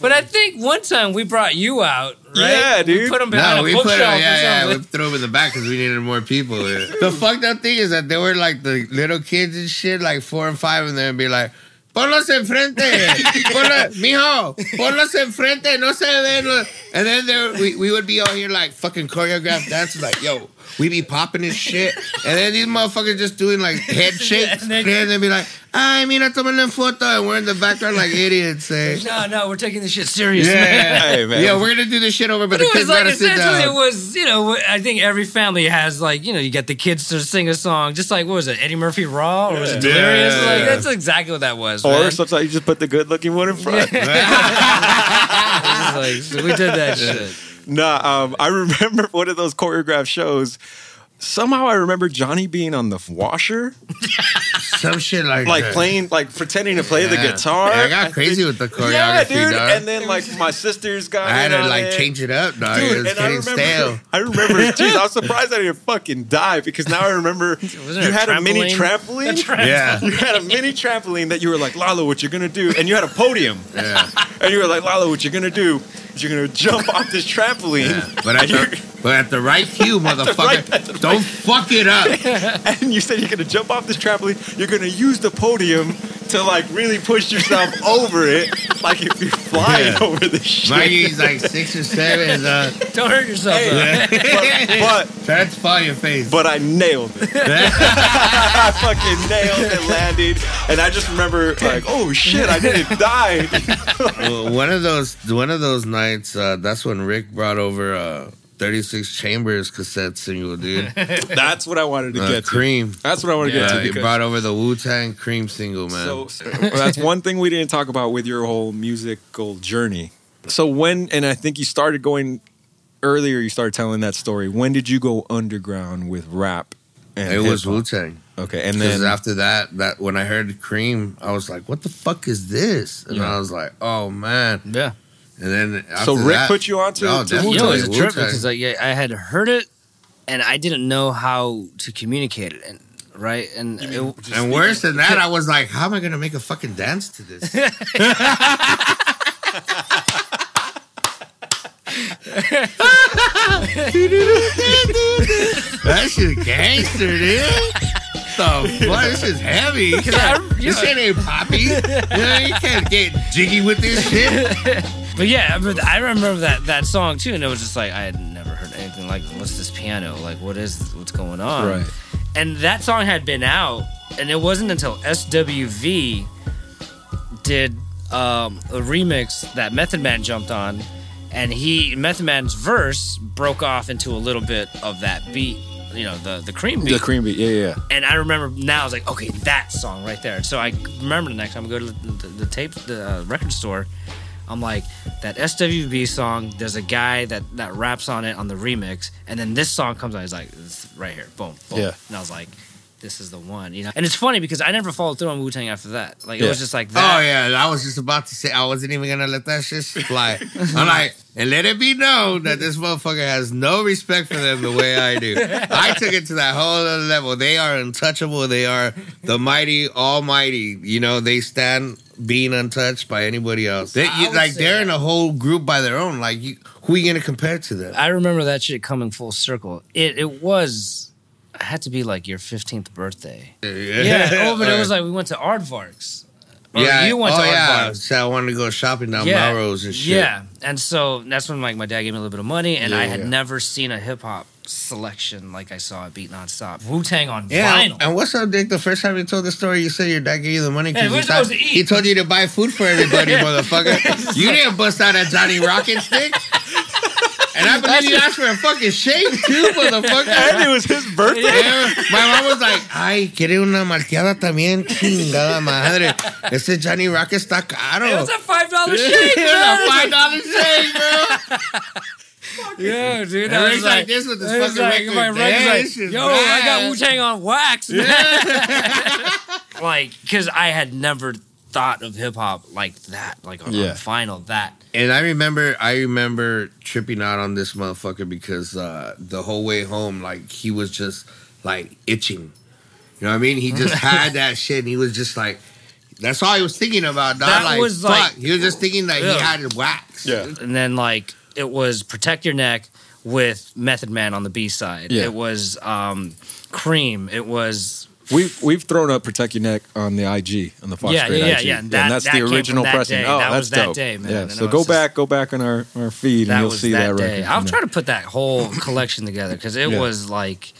Speaker 4: but I think one time we brought you out, right?
Speaker 1: Yeah,
Speaker 4: We
Speaker 1: dude.
Speaker 4: put him behind
Speaker 2: No,
Speaker 4: a
Speaker 2: we put
Speaker 4: bookshelf
Speaker 2: them, yeah,
Speaker 4: or
Speaker 2: yeah, we
Speaker 4: something.
Speaker 2: threw them in the back because we needed more
Speaker 4: [LAUGHS]
Speaker 2: people. the fucked up thing is that they were like the little kids and shit, like four and five, and they'd be like, Ponlos enfrente,
Speaker 4: [LAUGHS]
Speaker 2: Ponlo, mijo, ponlos enfrente, no se ven. los-" And then there, we, we would be out here like fucking choreographed dances, like, yo, we be popping this shit. And then these motherfuckers just doing
Speaker 4: [LAUGHS]
Speaker 2: like head shakes.
Speaker 4: And
Speaker 2: and
Speaker 4: they-
Speaker 2: then they'd be like, ay, mira, tomen foto. And we're in the background
Speaker 4: [LAUGHS]
Speaker 2: like idiots, eh?
Speaker 4: No, no, we're taking this shit serious,
Speaker 2: Yeah,
Speaker 4: man.
Speaker 2: [LAUGHS]
Speaker 1: Hey, man.
Speaker 2: Yeah, we're gonna do this shit over, but, the
Speaker 4: But it was
Speaker 2: kids
Speaker 4: like
Speaker 2: gotta sit
Speaker 4: essentially
Speaker 2: down.
Speaker 4: it was you know I think every family has like you know you get the kids to sing a song just like what was it Eddie Murphy Raw or was it
Speaker 1: Yeah.
Speaker 4: Delirious
Speaker 1: Yeah.
Speaker 4: like that's exactly what that was
Speaker 1: Or
Speaker 4: man. [LAUGHS]
Speaker 1: sometimes you just put the good looking one in front.
Speaker 4: It's like, so we did that shit
Speaker 1: Nah, um, I [LAUGHS] remember one of those choreographed shows. Somehow I remember Johnny being on the washer,
Speaker 2: some shit like
Speaker 1: like
Speaker 2: that.
Speaker 1: playing, like pretending to play the
Speaker 2: Yeah.
Speaker 1: guitar.
Speaker 2: Yeah, I got crazy with the choreography,
Speaker 1: yeah, dude.
Speaker 2: dog.
Speaker 1: And then like my sisters got.
Speaker 2: I had
Speaker 1: in
Speaker 2: to
Speaker 1: on
Speaker 2: like
Speaker 1: it.
Speaker 2: change it up, dog. it was
Speaker 1: and I
Speaker 2: getting
Speaker 1: remember,
Speaker 2: stale.
Speaker 1: [LAUGHS] I remember, geez, I
Speaker 2: [LAUGHS]
Speaker 1: was surprised I didn't fucking die because now I [LAUGHS] remember
Speaker 4: Wasn't
Speaker 1: you
Speaker 4: it
Speaker 1: had a mini
Speaker 4: trampoline?
Speaker 1: trampoline.
Speaker 2: Yeah.
Speaker 1: [LAUGHS] You had a mini trampoline that you were like, Lalo, what you're gonna do? And you had a podium.
Speaker 2: Yeah.
Speaker 1: And you were like, Lalo, what you're gonna do is you're gonna jump off this trampoline.
Speaker 2: But at,
Speaker 1: and, you're-
Speaker 2: the, but at the right cue, motherfucker,
Speaker 1: right- [LAUGHS] at the right-
Speaker 2: don't fuck it up.
Speaker 1: [LAUGHS] and you said you're gonna jump off this trampoline, you're gonna use the podium to like really push
Speaker 2: [LAUGHS]
Speaker 1: yourself over it. Like if you're flying
Speaker 2: Yeah.
Speaker 1: over the shit.
Speaker 2: Mikey's like six or seven. Uh,
Speaker 4: Don't hurt yourself. though.
Speaker 1: but,
Speaker 2: try not to fall on your face.
Speaker 1: but but I nailed it. [LAUGHS] I fucking nailed it, landed, and I just remember like, oh shit, I didn't
Speaker 2: [LAUGHS]
Speaker 1: die.
Speaker 2: Well, one of those one of those nights, uh, that's when Rick brought over uh, 36 Chambers cassette
Speaker 1: [LAUGHS]
Speaker 2: single, dude.
Speaker 1: That's what I wanted to
Speaker 2: Uh,
Speaker 1: get to.
Speaker 2: cream.
Speaker 1: That's what I wanted to
Speaker 2: Yeah,
Speaker 1: get to.
Speaker 2: he
Speaker 1: because-
Speaker 2: brought over the Wu Tang Cream single, man.
Speaker 1: So, [LAUGHS] well, that's one thing we didn't talk about with your whole musical journey. So when and I think you started going earlier you started telling that story. When did you go underground with rap? And
Speaker 2: it was Wu
Speaker 1: hip-hop?
Speaker 2: Tang.
Speaker 1: Okay, and
Speaker 2: Because
Speaker 1: then
Speaker 2: after that, that when I heard Cream, I was like, "What the fuck is this?" And
Speaker 1: Yeah.
Speaker 2: I was like, "Oh man!"
Speaker 4: yeah.
Speaker 2: And then after
Speaker 1: so Rick
Speaker 2: that,
Speaker 1: put you onto
Speaker 2: Oh,
Speaker 1: to
Speaker 2: definitely.
Speaker 1: Wu-Tang.
Speaker 4: Yo, it was a
Speaker 2: Wu-Tang.
Speaker 4: trip because like yeah, I had heard it, and I didn't know how to communicate it. And, right, and it,
Speaker 2: and worse than that, I was like, "How am I gonna make a fucking dance to
Speaker 4: [LAUGHS]
Speaker 2: this?" that shit gangster, dude. The fuck, this is
Speaker 4: [LAUGHS]
Speaker 2: heavy. You can't- This shit ain't poppy. You, know, you can't get jiggy with this shit.
Speaker 4: but yeah, but I remember that that song too, and it was just like I had never heard anything like what's this piano? Like what is what's going on?
Speaker 1: Right.
Speaker 4: And that song had been out, and it wasn't until SWV did um, a remix that Method Man jumped on, and he Method Man's verse broke off into a little bit of that beat, you know, the the cream beat.
Speaker 1: the cream beat. Yeah, yeah,
Speaker 4: and I remember now, I was like, okay, that song right there. So I remember the next time I go to the, the, the tape, the uh, record store, I'm like, that SWB song, there's a guy that, that raps on it on the remix. And then this song comes on, he's like, it's right here, boom, boom.
Speaker 1: Yeah.
Speaker 4: And I was like, this is the one, you know? And it's funny because I never followed through on Wu Tang after that. Like, it
Speaker 1: Yeah.
Speaker 4: was just like that.
Speaker 2: Oh yeah, I was just about to say I wasn't even gonna let that shit
Speaker 4: [LAUGHS]
Speaker 2: fly. I'm like, and let it be known that this motherfucker has no respect for them the way I do. I took it to that whole other level. They are untouchable. They are the mighty, almighty. You know, they stand being untouched by anybody else. They,
Speaker 4: I
Speaker 2: you-
Speaker 4: would
Speaker 2: like
Speaker 4: say
Speaker 2: they're
Speaker 4: that.
Speaker 2: in a whole group by their own. Like, you, who you gonna compare to them?
Speaker 4: I remember that shit coming full circle. It, it was, it had to be like your 15th birthday. Yeah.
Speaker 2: [LAUGHS]
Speaker 4: Oh, but it was like, we went to Aardvark's. Or
Speaker 2: yeah,
Speaker 4: you went
Speaker 2: oh,
Speaker 4: to
Speaker 2: yeah.
Speaker 4: Aardvark's.
Speaker 2: So I wanted to go shopping down Melrose and shit.
Speaker 4: Yeah, and so that's when like my dad gave me a little bit of money, and I
Speaker 2: Yeah,
Speaker 4: had
Speaker 2: yeah.
Speaker 4: never seen a hip hop selection like I saw at Beat Nonstop. Wu Tang on
Speaker 2: Yeah,
Speaker 4: vinyl.
Speaker 2: and what's up, Dick? The first time you told the story, you said your dad gave you the money
Speaker 4: Hey,
Speaker 2: because
Speaker 4: we're
Speaker 2: he, thought-
Speaker 4: supposed to eat.
Speaker 2: he told you to buy food for
Speaker 4: [LAUGHS]
Speaker 2: everybody, motherfucker. You didn't bust out a Johnny Rockets Dick. And I believe you asked for a fucking shake too,
Speaker 1: [LAUGHS] And
Speaker 4: [LAUGHS]
Speaker 2: motherfucker.
Speaker 1: it was his birthday.
Speaker 2: Yeah, My mom was like, ay, quiere una malteada también, chingada madre. Ese Johnny Rockets está caro.
Speaker 4: It was a five
Speaker 2: [LAUGHS]
Speaker 4: dollar
Speaker 2: It
Speaker 4: shake,
Speaker 2: was a five dollar shake, bro.
Speaker 4: Yeah, dude.
Speaker 2: And
Speaker 4: I
Speaker 2: Rick's
Speaker 4: was
Speaker 2: like,
Speaker 4: like,
Speaker 2: this with this
Speaker 4: I was
Speaker 2: fucking
Speaker 4: like,
Speaker 2: record.
Speaker 4: my
Speaker 2: Damn,
Speaker 4: record's like,
Speaker 2: this is
Speaker 4: yo, I got
Speaker 2: bad."
Speaker 4: Wu Tang on wax.
Speaker 2: [LAUGHS]
Speaker 4: like, because I had never thought of hip hop like that, like on,
Speaker 1: Yeah.
Speaker 4: on vinyl. That
Speaker 2: And I remember, I remember tripping out on this motherfucker because uh, the whole way home, like he was just like itching. You know what I
Speaker 4: [LAUGHS]
Speaker 2: mean? He just had that shit, and he was just like, that's all he was thinking about. Dog.
Speaker 4: That
Speaker 2: like,
Speaker 4: was,
Speaker 2: fuck.
Speaker 4: like-
Speaker 2: he was just thinking that
Speaker 4: Yeah.
Speaker 2: he had it wax.
Speaker 1: Yeah.
Speaker 4: and then like it was protect your neck with Method Man on the B side.
Speaker 1: Yeah.
Speaker 4: It was um, Cream. It was
Speaker 1: We've we've thrown up Protect Your Neck on the IG on the Fox
Speaker 4: Yeah,
Speaker 1: Trade
Speaker 4: yeah, yeah,
Speaker 1: IG.
Speaker 4: yeah.
Speaker 1: And
Speaker 4: That-
Speaker 1: that's
Speaker 4: that
Speaker 1: the
Speaker 4: came from
Speaker 1: original
Speaker 4: that
Speaker 1: pressing.
Speaker 4: day.
Speaker 1: Oh,
Speaker 4: That
Speaker 1: that's
Speaker 4: was that
Speaker 1: dope.
Speaker 4: day, man.
Speaker 1: Yeah.
Speaker 4: And
Speaker 1: so
Speaker 4: it
Speaker 1: go
Speaker 4: was just-
Speaker 1: back, go back on our, our feed,
Speaker 4: that
Speaker 1: and you'll
Speaker 4: was
Speaker 1: see
Speaker 4: that,
Speaker 1: that,
Speaker 4: day.
Speaker 1: record.
Speaker 4: I'll
Speaker 1: from
Speaker 4: try to put that whole [COUGHS] collection together because it
Speaker 1: Yeah.
Speaker 4: was like,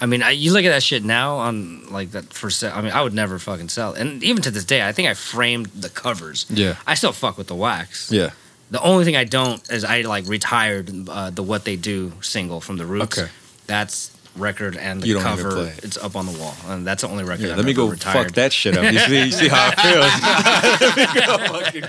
Speaker 4: I mean, I, you look at that shit now on like that for sale. I mean, I would never fucking sell. it. And even to this day, I think I framed the covers.
Speaker 1: Yeah.
Speaker 4: I still fuck with the wax.
Speaker 1: there. Yeah.
Speaker 4: The only thing I don't is I like retired uh, the What They Do single from the Roots.
Speaker 1: Okay.
Speaker 4: That's record and the
Speaker 1: You don't have to
Speaker 4: cover.
Speaker 1: play it.
Speaker 4: It's up on the wall, and that's the only record.
Speaker 1: Yeah,
Speaker 4: I've
Speaker 1: let me
Speaker 4: ever
Speaker 1: go
Speaker 4: retired.
Speaker 1: fuck that shit up. You see, you see how
Speaker 4: [LAUGHS]
Speaker 1: it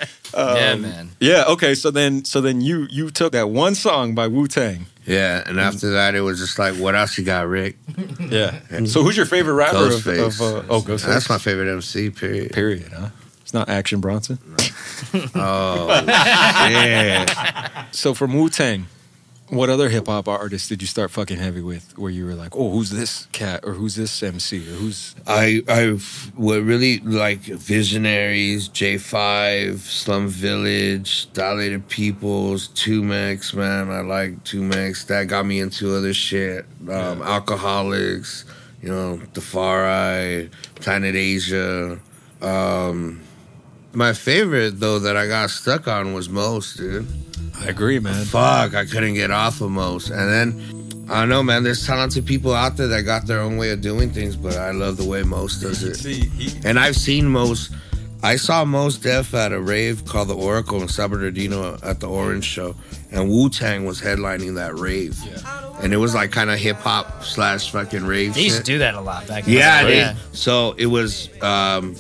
Speaker 1: feels.
Speaker 4: yeah, man.
Speaker 1: yeah. Okay. So then, so then you you took that one song by Wu Tang.
Speaker 2: Yeah, and after that, it was just like, what else you got, Rick?
Speaker 1: Yeah. So who's your favorite rapper of, of
Speaker 2: Ghostface.
Speaker 1: uh, oh Ghostface?
Speaker 2: That's my favorite MC. Period.
Speaker 1: period. Huh? It's not Action
Speaker 2: [LAUGHS]
Speaker 1: Bronson.
Speaker 2: Oh, yeah.
Speaker 1: So from Wu Tang, what other hip hop artists did you start fucking heavy with? Where you were like, oh, who's this cat or who's this MC or who's
Speaker 2: I I were really like visionaries, J Five, Slum Village, Dilated Peoples, Tumex. Man, I like Tumex. That got me into other shit. Um, Alcoholics, you know, Defari, Planet Asia, Um, my favorite though that I got stuck on was most, dude.
Speaker 1: I agree, man.
Speaker 2: Fuck, I couldn't get off of most. And then I don't know, man. There's talented people out there that got their own way of doing things, but I love the way most does it.
Speaker 1: See, he,
Speaker 2: And I've seen most. I saw most Def at a rave called the Oracle in San Bernardino at the Orange Show, and Wu Tang was headlining that rave, and it was like kind of hip hop slash fucking rave.
Speaker 4: They used to
Speaker 2: shit.
Speaker 4: do that a lot back. in the
Speaker 2: Yeah,
Speaker 4: day.
Speaker 2: dude. So it was um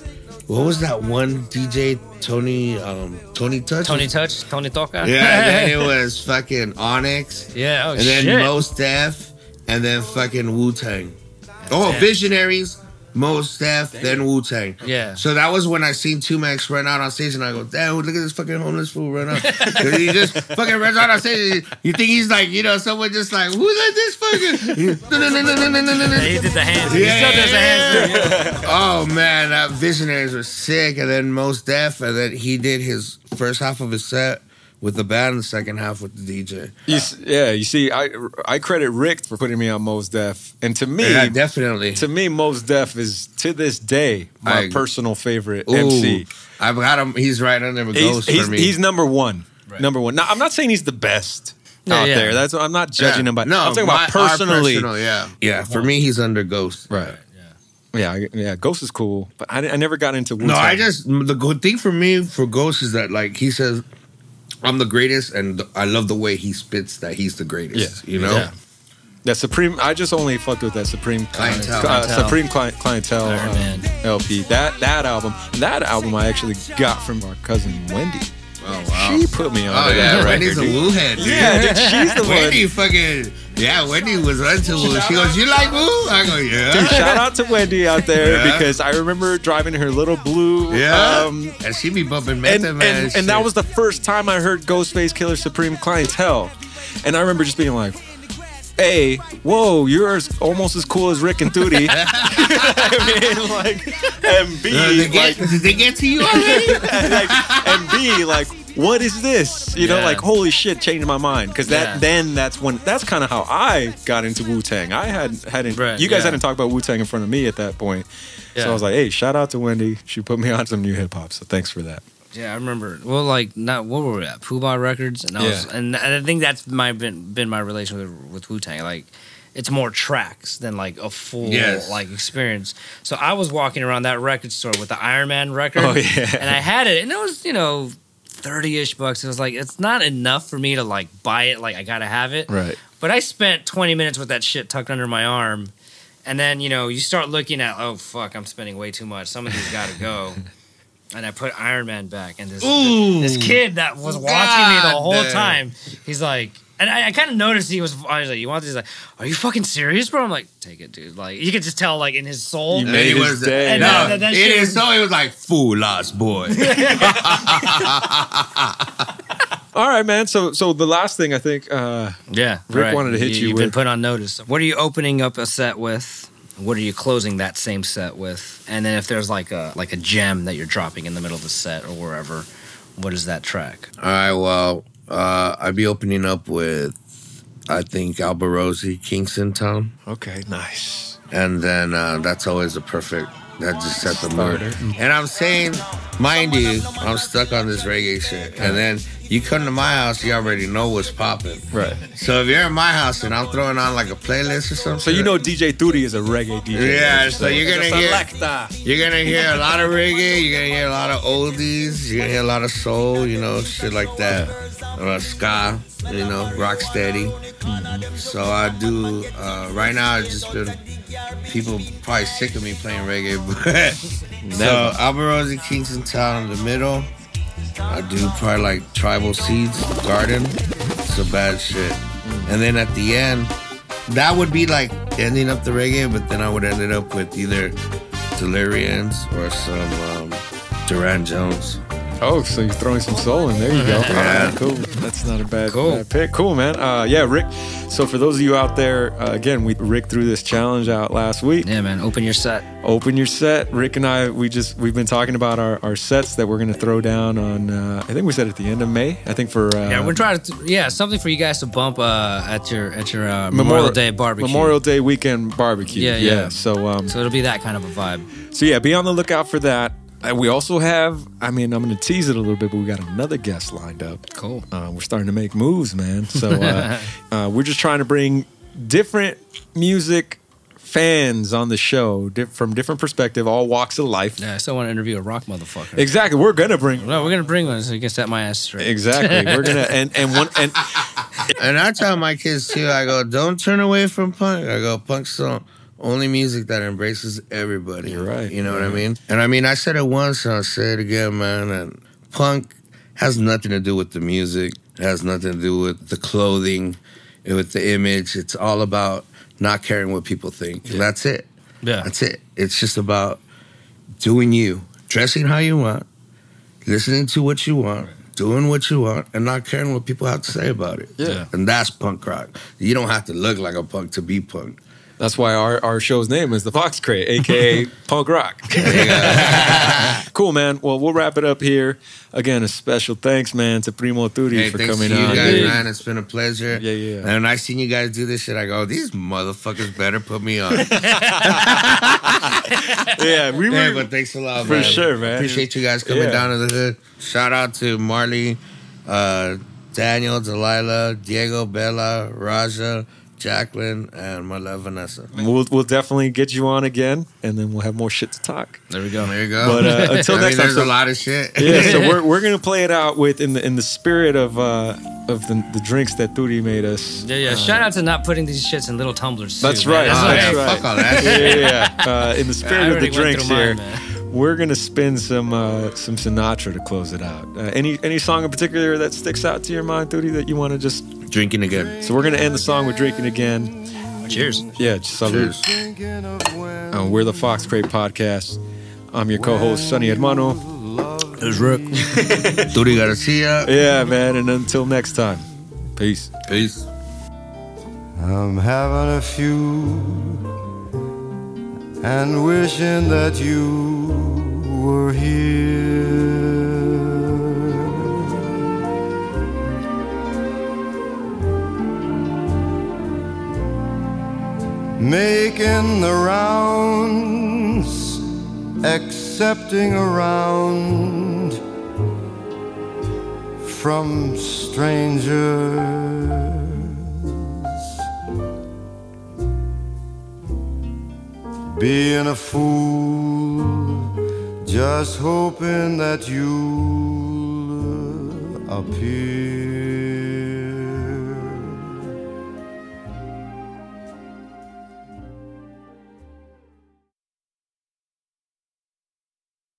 Speaker 2: what was that one DJ Tony um Tony Touch?
Speaker 4: Tony Touch, Tony [LAUGHS] Toca.
Speaker 2: Yeah, and then it was fucking Onyx
Speaker 4: yeah. Oh
Speaker 2: and then
Speaker 4: shit.
Speaker 2: Most Def and then fucking Wu Tang. Oh,
Speaker 4: Damn.
Speaker 2: Visionaries, Most Def, then Wu Tang.
Speaker 4: yeah.
Speaker 2: So that was when I seen Two Max run out on stage, and I go, "Damn, look at this fucking homeless fool run
Speaker 4: [LAUGHS]
Speaker 2: out." 'Cause he just fucking runs out on stage. You think he's like, you know, someone just like, "Who let this
Speaker 4: [LAUGHS]
Speaker 2: fucking?" [LAUGHS] No, no, no, no, no, no, no, no, no.
Speaker 4: He did the hands. He still does the hands.
Speaker 2: Yeah. oh man, that Visionaries were sick, and then Most Def, and then he did his first half of his set with the band, and the second half with the DJ.
Speaker 1: you s- yeah, you see, I I credit Rick for putting me on Mos Def, and to me,
Speaker 2: Yeah, definitely.
Speaker 1: to me, Mos Def is to this day my
Speaker 2: I-
Speaker 1: personal favorite
Speaker 2: Ooh,
Speaker 1: MC.
Speaker 2: I've got him. He's right under the
Speaker 1: He's,
Speaker 2: ghost
Speaker 1: he's,
Speaker 2: for me.
Speaker 1: he's number one, number one. Now, I'm not saying he's the best
Speaker 4: Yeah,
Speaker 1: out
Speaker 4: yeah.
Speaker 1: there. That's I'm not judging
Speaker 2: Yeah.
Speaker 1: him, but
Speaker 2: no,
Speaker 1: I'm talking
Speaker 2: my-
Speaker 1: about
Speaker 2: our
Speaker 1: personally.
Speaker 2: personal, yeah, yeah. For me, he's under ghost.
Speaker 1: Right. Yeah, I- yeah. Ghost is cool, but I, I never got into. Wu-Tang.
Speaker 2: No, I just the good thing for me for Ghost is that like he says, I'm the greatest, and I love the way he spits that he's the greatest. You know,
Speaker 1: Yeah. that Supreme. I just only fucked with that Supreme
Speaker 2: Clientele.
Speaker 1: uh,
Speaker 4: Clientele.
Speaker 1: Supreme Cli- clientele
Speaker 4: Iron
Speaker 1: um,
Speaker 4: Man.
Speaker 1: LP. That that album. That album I actually got from our cousin Wendy.
Speaker 2: oh
Speaker 1: She put me on.
Speaker 2: Oh
Speaker 1: to
Speaker 2: yeah,
Speaker 1: that
Speaker 2: Wendy's a
Speaker 1: record, dude.
Speaker 2: woo head. Dude.
Speaker 1: Yeah, dude, she's the one.
Speaker 2: [LAUGHS] Wendy fucking yeah. Wendy was into woo. She goes, "You like woo?" I go, [LAUGHS]
Speaker 1: Dude,
Speaker 2: "Yeah."
Speaker 1: shout out to Wendy out there
Speaker 2: Yeah.
Speaker 1: because I remember driving her little blue.
Speaker 2: Yeah,
Speaker 1: Um,
Speaker 2: and she be bumping
Speaker 1: and,
Speaker 2: method
Speaker 1: and,
Speaker 2: man.
Speaker 1: and,
Speaker 2: shit.
Speaker 1: that was the first time I heard Ghostface Killer Supreme Clientele. And I remember just being like, hey, whoa, you're as, almost as cool as Rick and
Speaker 2: [LAUGHS]
Speaker 1: Tootie. [LAUGHS] I mean, like, and B,
Speaker 2: Uh, did, they
Speaker 1: like, [LAUGHS]
Speaker 2: get, did they get to you already?
Speaker 1: like, and B, like, what is this? You know,
Speaker 4: Yeah.
Speaker 1: like, holy shit, changed my mind. Because that,
Speaker 4: Yeah.
Speaker 1: then that's when, that's kind of how I got into Wu Tang. I had, hadn't,
Speaker 4: Right,
Speaker 1: you guys
Speaker 4: yeah.
Speaker 1: hadn't talked about Wu Tang in front of me at that point. So
Speaker 4: Yeah.
Speaker 1: I was like, hey, shout out to Wendy. She put me [LAUGHS] on some new hip hop. So thanks for that.
Speaker 4: Yeah, I remember. Well, like not what were we at? Pooh Bah Records, and I was,
Speaker 1: Yeah.
Speaker 4: and, and I think that's my been been my relation with, with Wu Tang. Like, it's more tracks than like a full
Speaker 2: Yes.
Speaker 4: like experience. So I was walking around that record store with the Iron Man record,
Speaker 1: Oh, yeah.
Speaker 4: and I had it, and it was you know thirty ish bucks. It was like it's not enough for me to like buy it. Like I gotta have it,
Speaker 1: Right.
Speaker 4: but I spent 20 minutes with that shit tucked under my arm. And then, you know, you start looking at, oh, fuck, I'm spending way too much. Some of these got to
Speaker 2: [LAUGHS]
Speaker 4: go. And I put Iron Man back. And this,
Speaker 2: Ooh.
Speaker 4: this kid that was watching me
Speaker 2: God
Speaker 4: the whole
Speaker 2: damn.
Speaker 4: time, he's like, and I, I kind of noticed he was, I was like, you want this? He's like, are you fucking serious, bro? I'm like, take it, dude. Like, you could just tell, like, in his soul.
Speaker 1: You
Speaker 2: And
Speaker 1: made
Speaker 2: he
Speaker 1: his
Speaker 2: was
Speaker 1: day.
Speaker 2: no,
Speaker 4: And that- that- that
Speaker 2: it
Speaker 4: shit
Speaker 2: is
Speaker 4: was-
Speaker 2: so. It was like fool lost boy.
Speaker 1: [LAUGHS] All right, man. So, so the last thing I think, uh,
Speaker 4: Yeah.
Speaker 1: Rick wanted to hit you
Speaker 4: You've been
Speaker 1: with-
Speaker 4: put on notice. What are you opening up a set with? What are you closing that same set with? And then if there's like a like a gem that you're dropping in the middle of the set or wherever, what is that track?
Speaker 2: All right, well, uh, I'd be opening up with, I think, Albarosi, Kingston Town.
Speaker 1: okay, nice.
Speaker 2: And then uh, that's always a perfect, that just set the mood. And I'm saying, mind you, I'm stuck on this reggae shit. And then you come to my house, you already know what's popping.
Speaker 1: Right.
Speaker 2: So if you're in my house and I'm throwing on like a playlist or something.
Speaker 1: So you know DJ Tootie is a reggae DJ.
Speaker 2: Yeah, so you're gonna hear-
Speaker 1: Selecta.
Speaker 2: You're gonna hear a lot of reggae. You're gonna hear a lot of oldies. You're gonna hear a lot of soul. You know, shit like that. Or ska. You know, rock steady. So I do. Uh, right now, it's just been people probably sick of me playing reggae. [LAUGHS] But so Albarosi, Kingston Town in the middle. I do probably like tribal seeds, garden. It's a bad shit. And then at the end, that would be like ending up the reggae, but then I would end it up with either Delirians or some um, Duran Jones.
Speaker 1: Oh, so you're throwing some soul in. There you go. All right, cool. That's not a bad,
Speaker 4: Cool.
Speaker 1: bad pick. Cool, man. Uh, yeah, Rick. So for those of you out there, uh, again, we Rick threw this challenge out last week.
Speaker 4: Yeah, man. Open your set.
Speaker 1: Open your set. Rick and I, we just we've been talking about our, our sets that we're gonna throw down on. Uh, I think we said at the end of May. I think for uh,
Speaker 4: Yeah, we're trying to. yeah, something for you guys to bump uh, at your at your uh, Memorial Day barbecue.
Speaker 1: Memorial Day weekend barbecue.
Speaker 4: Yeah, yeah.
Speaker 1: So um,
Speaker 4: So it'll be that kind of a vibe.
Speaker 1: So yeah, be on the lookout for that. Uh, We also have, I mean, I'm going to tease it a little bit, but we got another guest lined up.
Speaker 4: Cool.
Speaker 1: Uh, we're starting to make moves, man. So
Speaker 4: [LAUGHS]
Speaker 1: uh, uh, we're just trying to bring different music fans on the show di- from different perspective, all walks of life.
Speaker 4: Yeah, I still want to interview a rock motherfucker.
Speaker 1: Exactly. We're going to bring.
Speaker 4: No, we're gonna bring one so he can set my ass straight.
Speaker 1: Exactly. We're going
Speaker 2: [LAUGHS]
Speaker 1: to, and, and one, and
Speaker 2: And I tell my kids too, I go, don't turn away from punk. I go, punk's the only music that embraces everybody.
Speaker 1: You're right.
Speaker 2: You know what I mean? And I mean, I said it once and I'll say it again, man. And punk has nothing to do with the music, it has nothing to do with the clothing, with the image. It's all about not caring what people think. And that's it.
Speaker 4: Yeah.
Speaker 2: That's it. It's just about doing you, dressing how you want, listening to what you want, doing what you want, and not caring what people have to say about it.
Speaker 1: Yeah.
Speaker 2: And that's punk rock. You don't have to look like a punk to be punk.
Speaker 1: That's why our, our show's name is The Fox Crate,
Speaker 2: [LAUGHS]
Speaker 1: aka Punk Rock. cool, man. Well, we'll wrap it up here. Again, a special thanks, man, to Primo Turi
Speaker 2: Hey,
Speaker 1: for
Speaker 2: thanks
Speaker 1: coming
Speaker 2: to you
Speaker 1: on.
Speaker 2: guys,
Speaker 1: dude.
Speaker 2: man. It's been a pleasure.
Speaker 1: Yeah, yeah, yeah.
Speaker 2: And when I seen you guys do this shit, I go, these motherfuckers better put
Speaker 1: [LAUGHS]
Speaker 2: me on. hey,
Speaker 1: Yeah, we were.
Speaker 2: but thanks a lot,
Speaker 1: For
Speaker 2: man.
Speaker 1: sure, man.
Speaker 2: Appreciate you guys coming
Speaker 1: Yeah.
Speaker 2: down to the hood. Shout out to Marley, uh, Daniel, Delilah, Diego, Bella, Raja, Jacqueline, and my love Vanessa.
Speaker 1: We'll, we'll definitely get you on again, and then we'll have more shit to
Speaker 2: [LAUGHS]
Speaker 1: talk.
Speaker 4: There we go.
Speaker 2: There you go.
Speaker 1: But, uh, until
Speaker 2: [LAUGHS] I
Speaker 1: next time,
Speaker 2: mean, there's
Speaker 1: so-
Speaker 2: a lot of shit. [LAUGHS]
Speaker 1: Yeah, so we're, we're gonna play it out with in the in the spirit of uh of the, the drinks that Turi made us.
Speaker 4: Yeah, yeah. Shout out to not putting these shits in little tumblers. too,
Speaker 1: That's
Speaker 4: man.
Speaker 1: right.
Speaker 2: Oh,
Speaker 1: that's
Speaker 2: yeah,
Speaker 1: right.
Speaker 2: fuck all that
Speaker 1: Yeah,
Speaker 2: shit.
Speaker 1: yeah, yeah. Uh, in the
Speaker 4: [LAUGHS] I
Speaker 1: spirit of the
Speaker 4: already went
Speaker 1: drinks
Speaker 4: through
Speaker 1: here,
Speaker 4: mine,
Speaker 1: we're gonna spin some uh, some Sinatra to close it out. Uh, any any song in particular that sticks out to your mind, Turi, that you want to just?
Speaker 2: Drinking again.
Speaker 1: So we're gonna end the song with drinking again.
Speaker 4: Cheers.
Speaker 1: Yeah, just salute.
Speaker 2: Cheers.
Speaker 1: Uh, we're the Fox Crate Podcast. I'm your co-host Sonny Hermano.
Speaker 4: There's Rick.
Speaker 2: Turi Garcia.
Speaker 1: Yeah, man. And until next time, [LAUGHS] peace.
Speaker 2: Peace.
Speaker 11: I'm having a few and wishing that you were here. Making the rounds, accepting a round from strangers. being a fool, just hoping that you'll appear.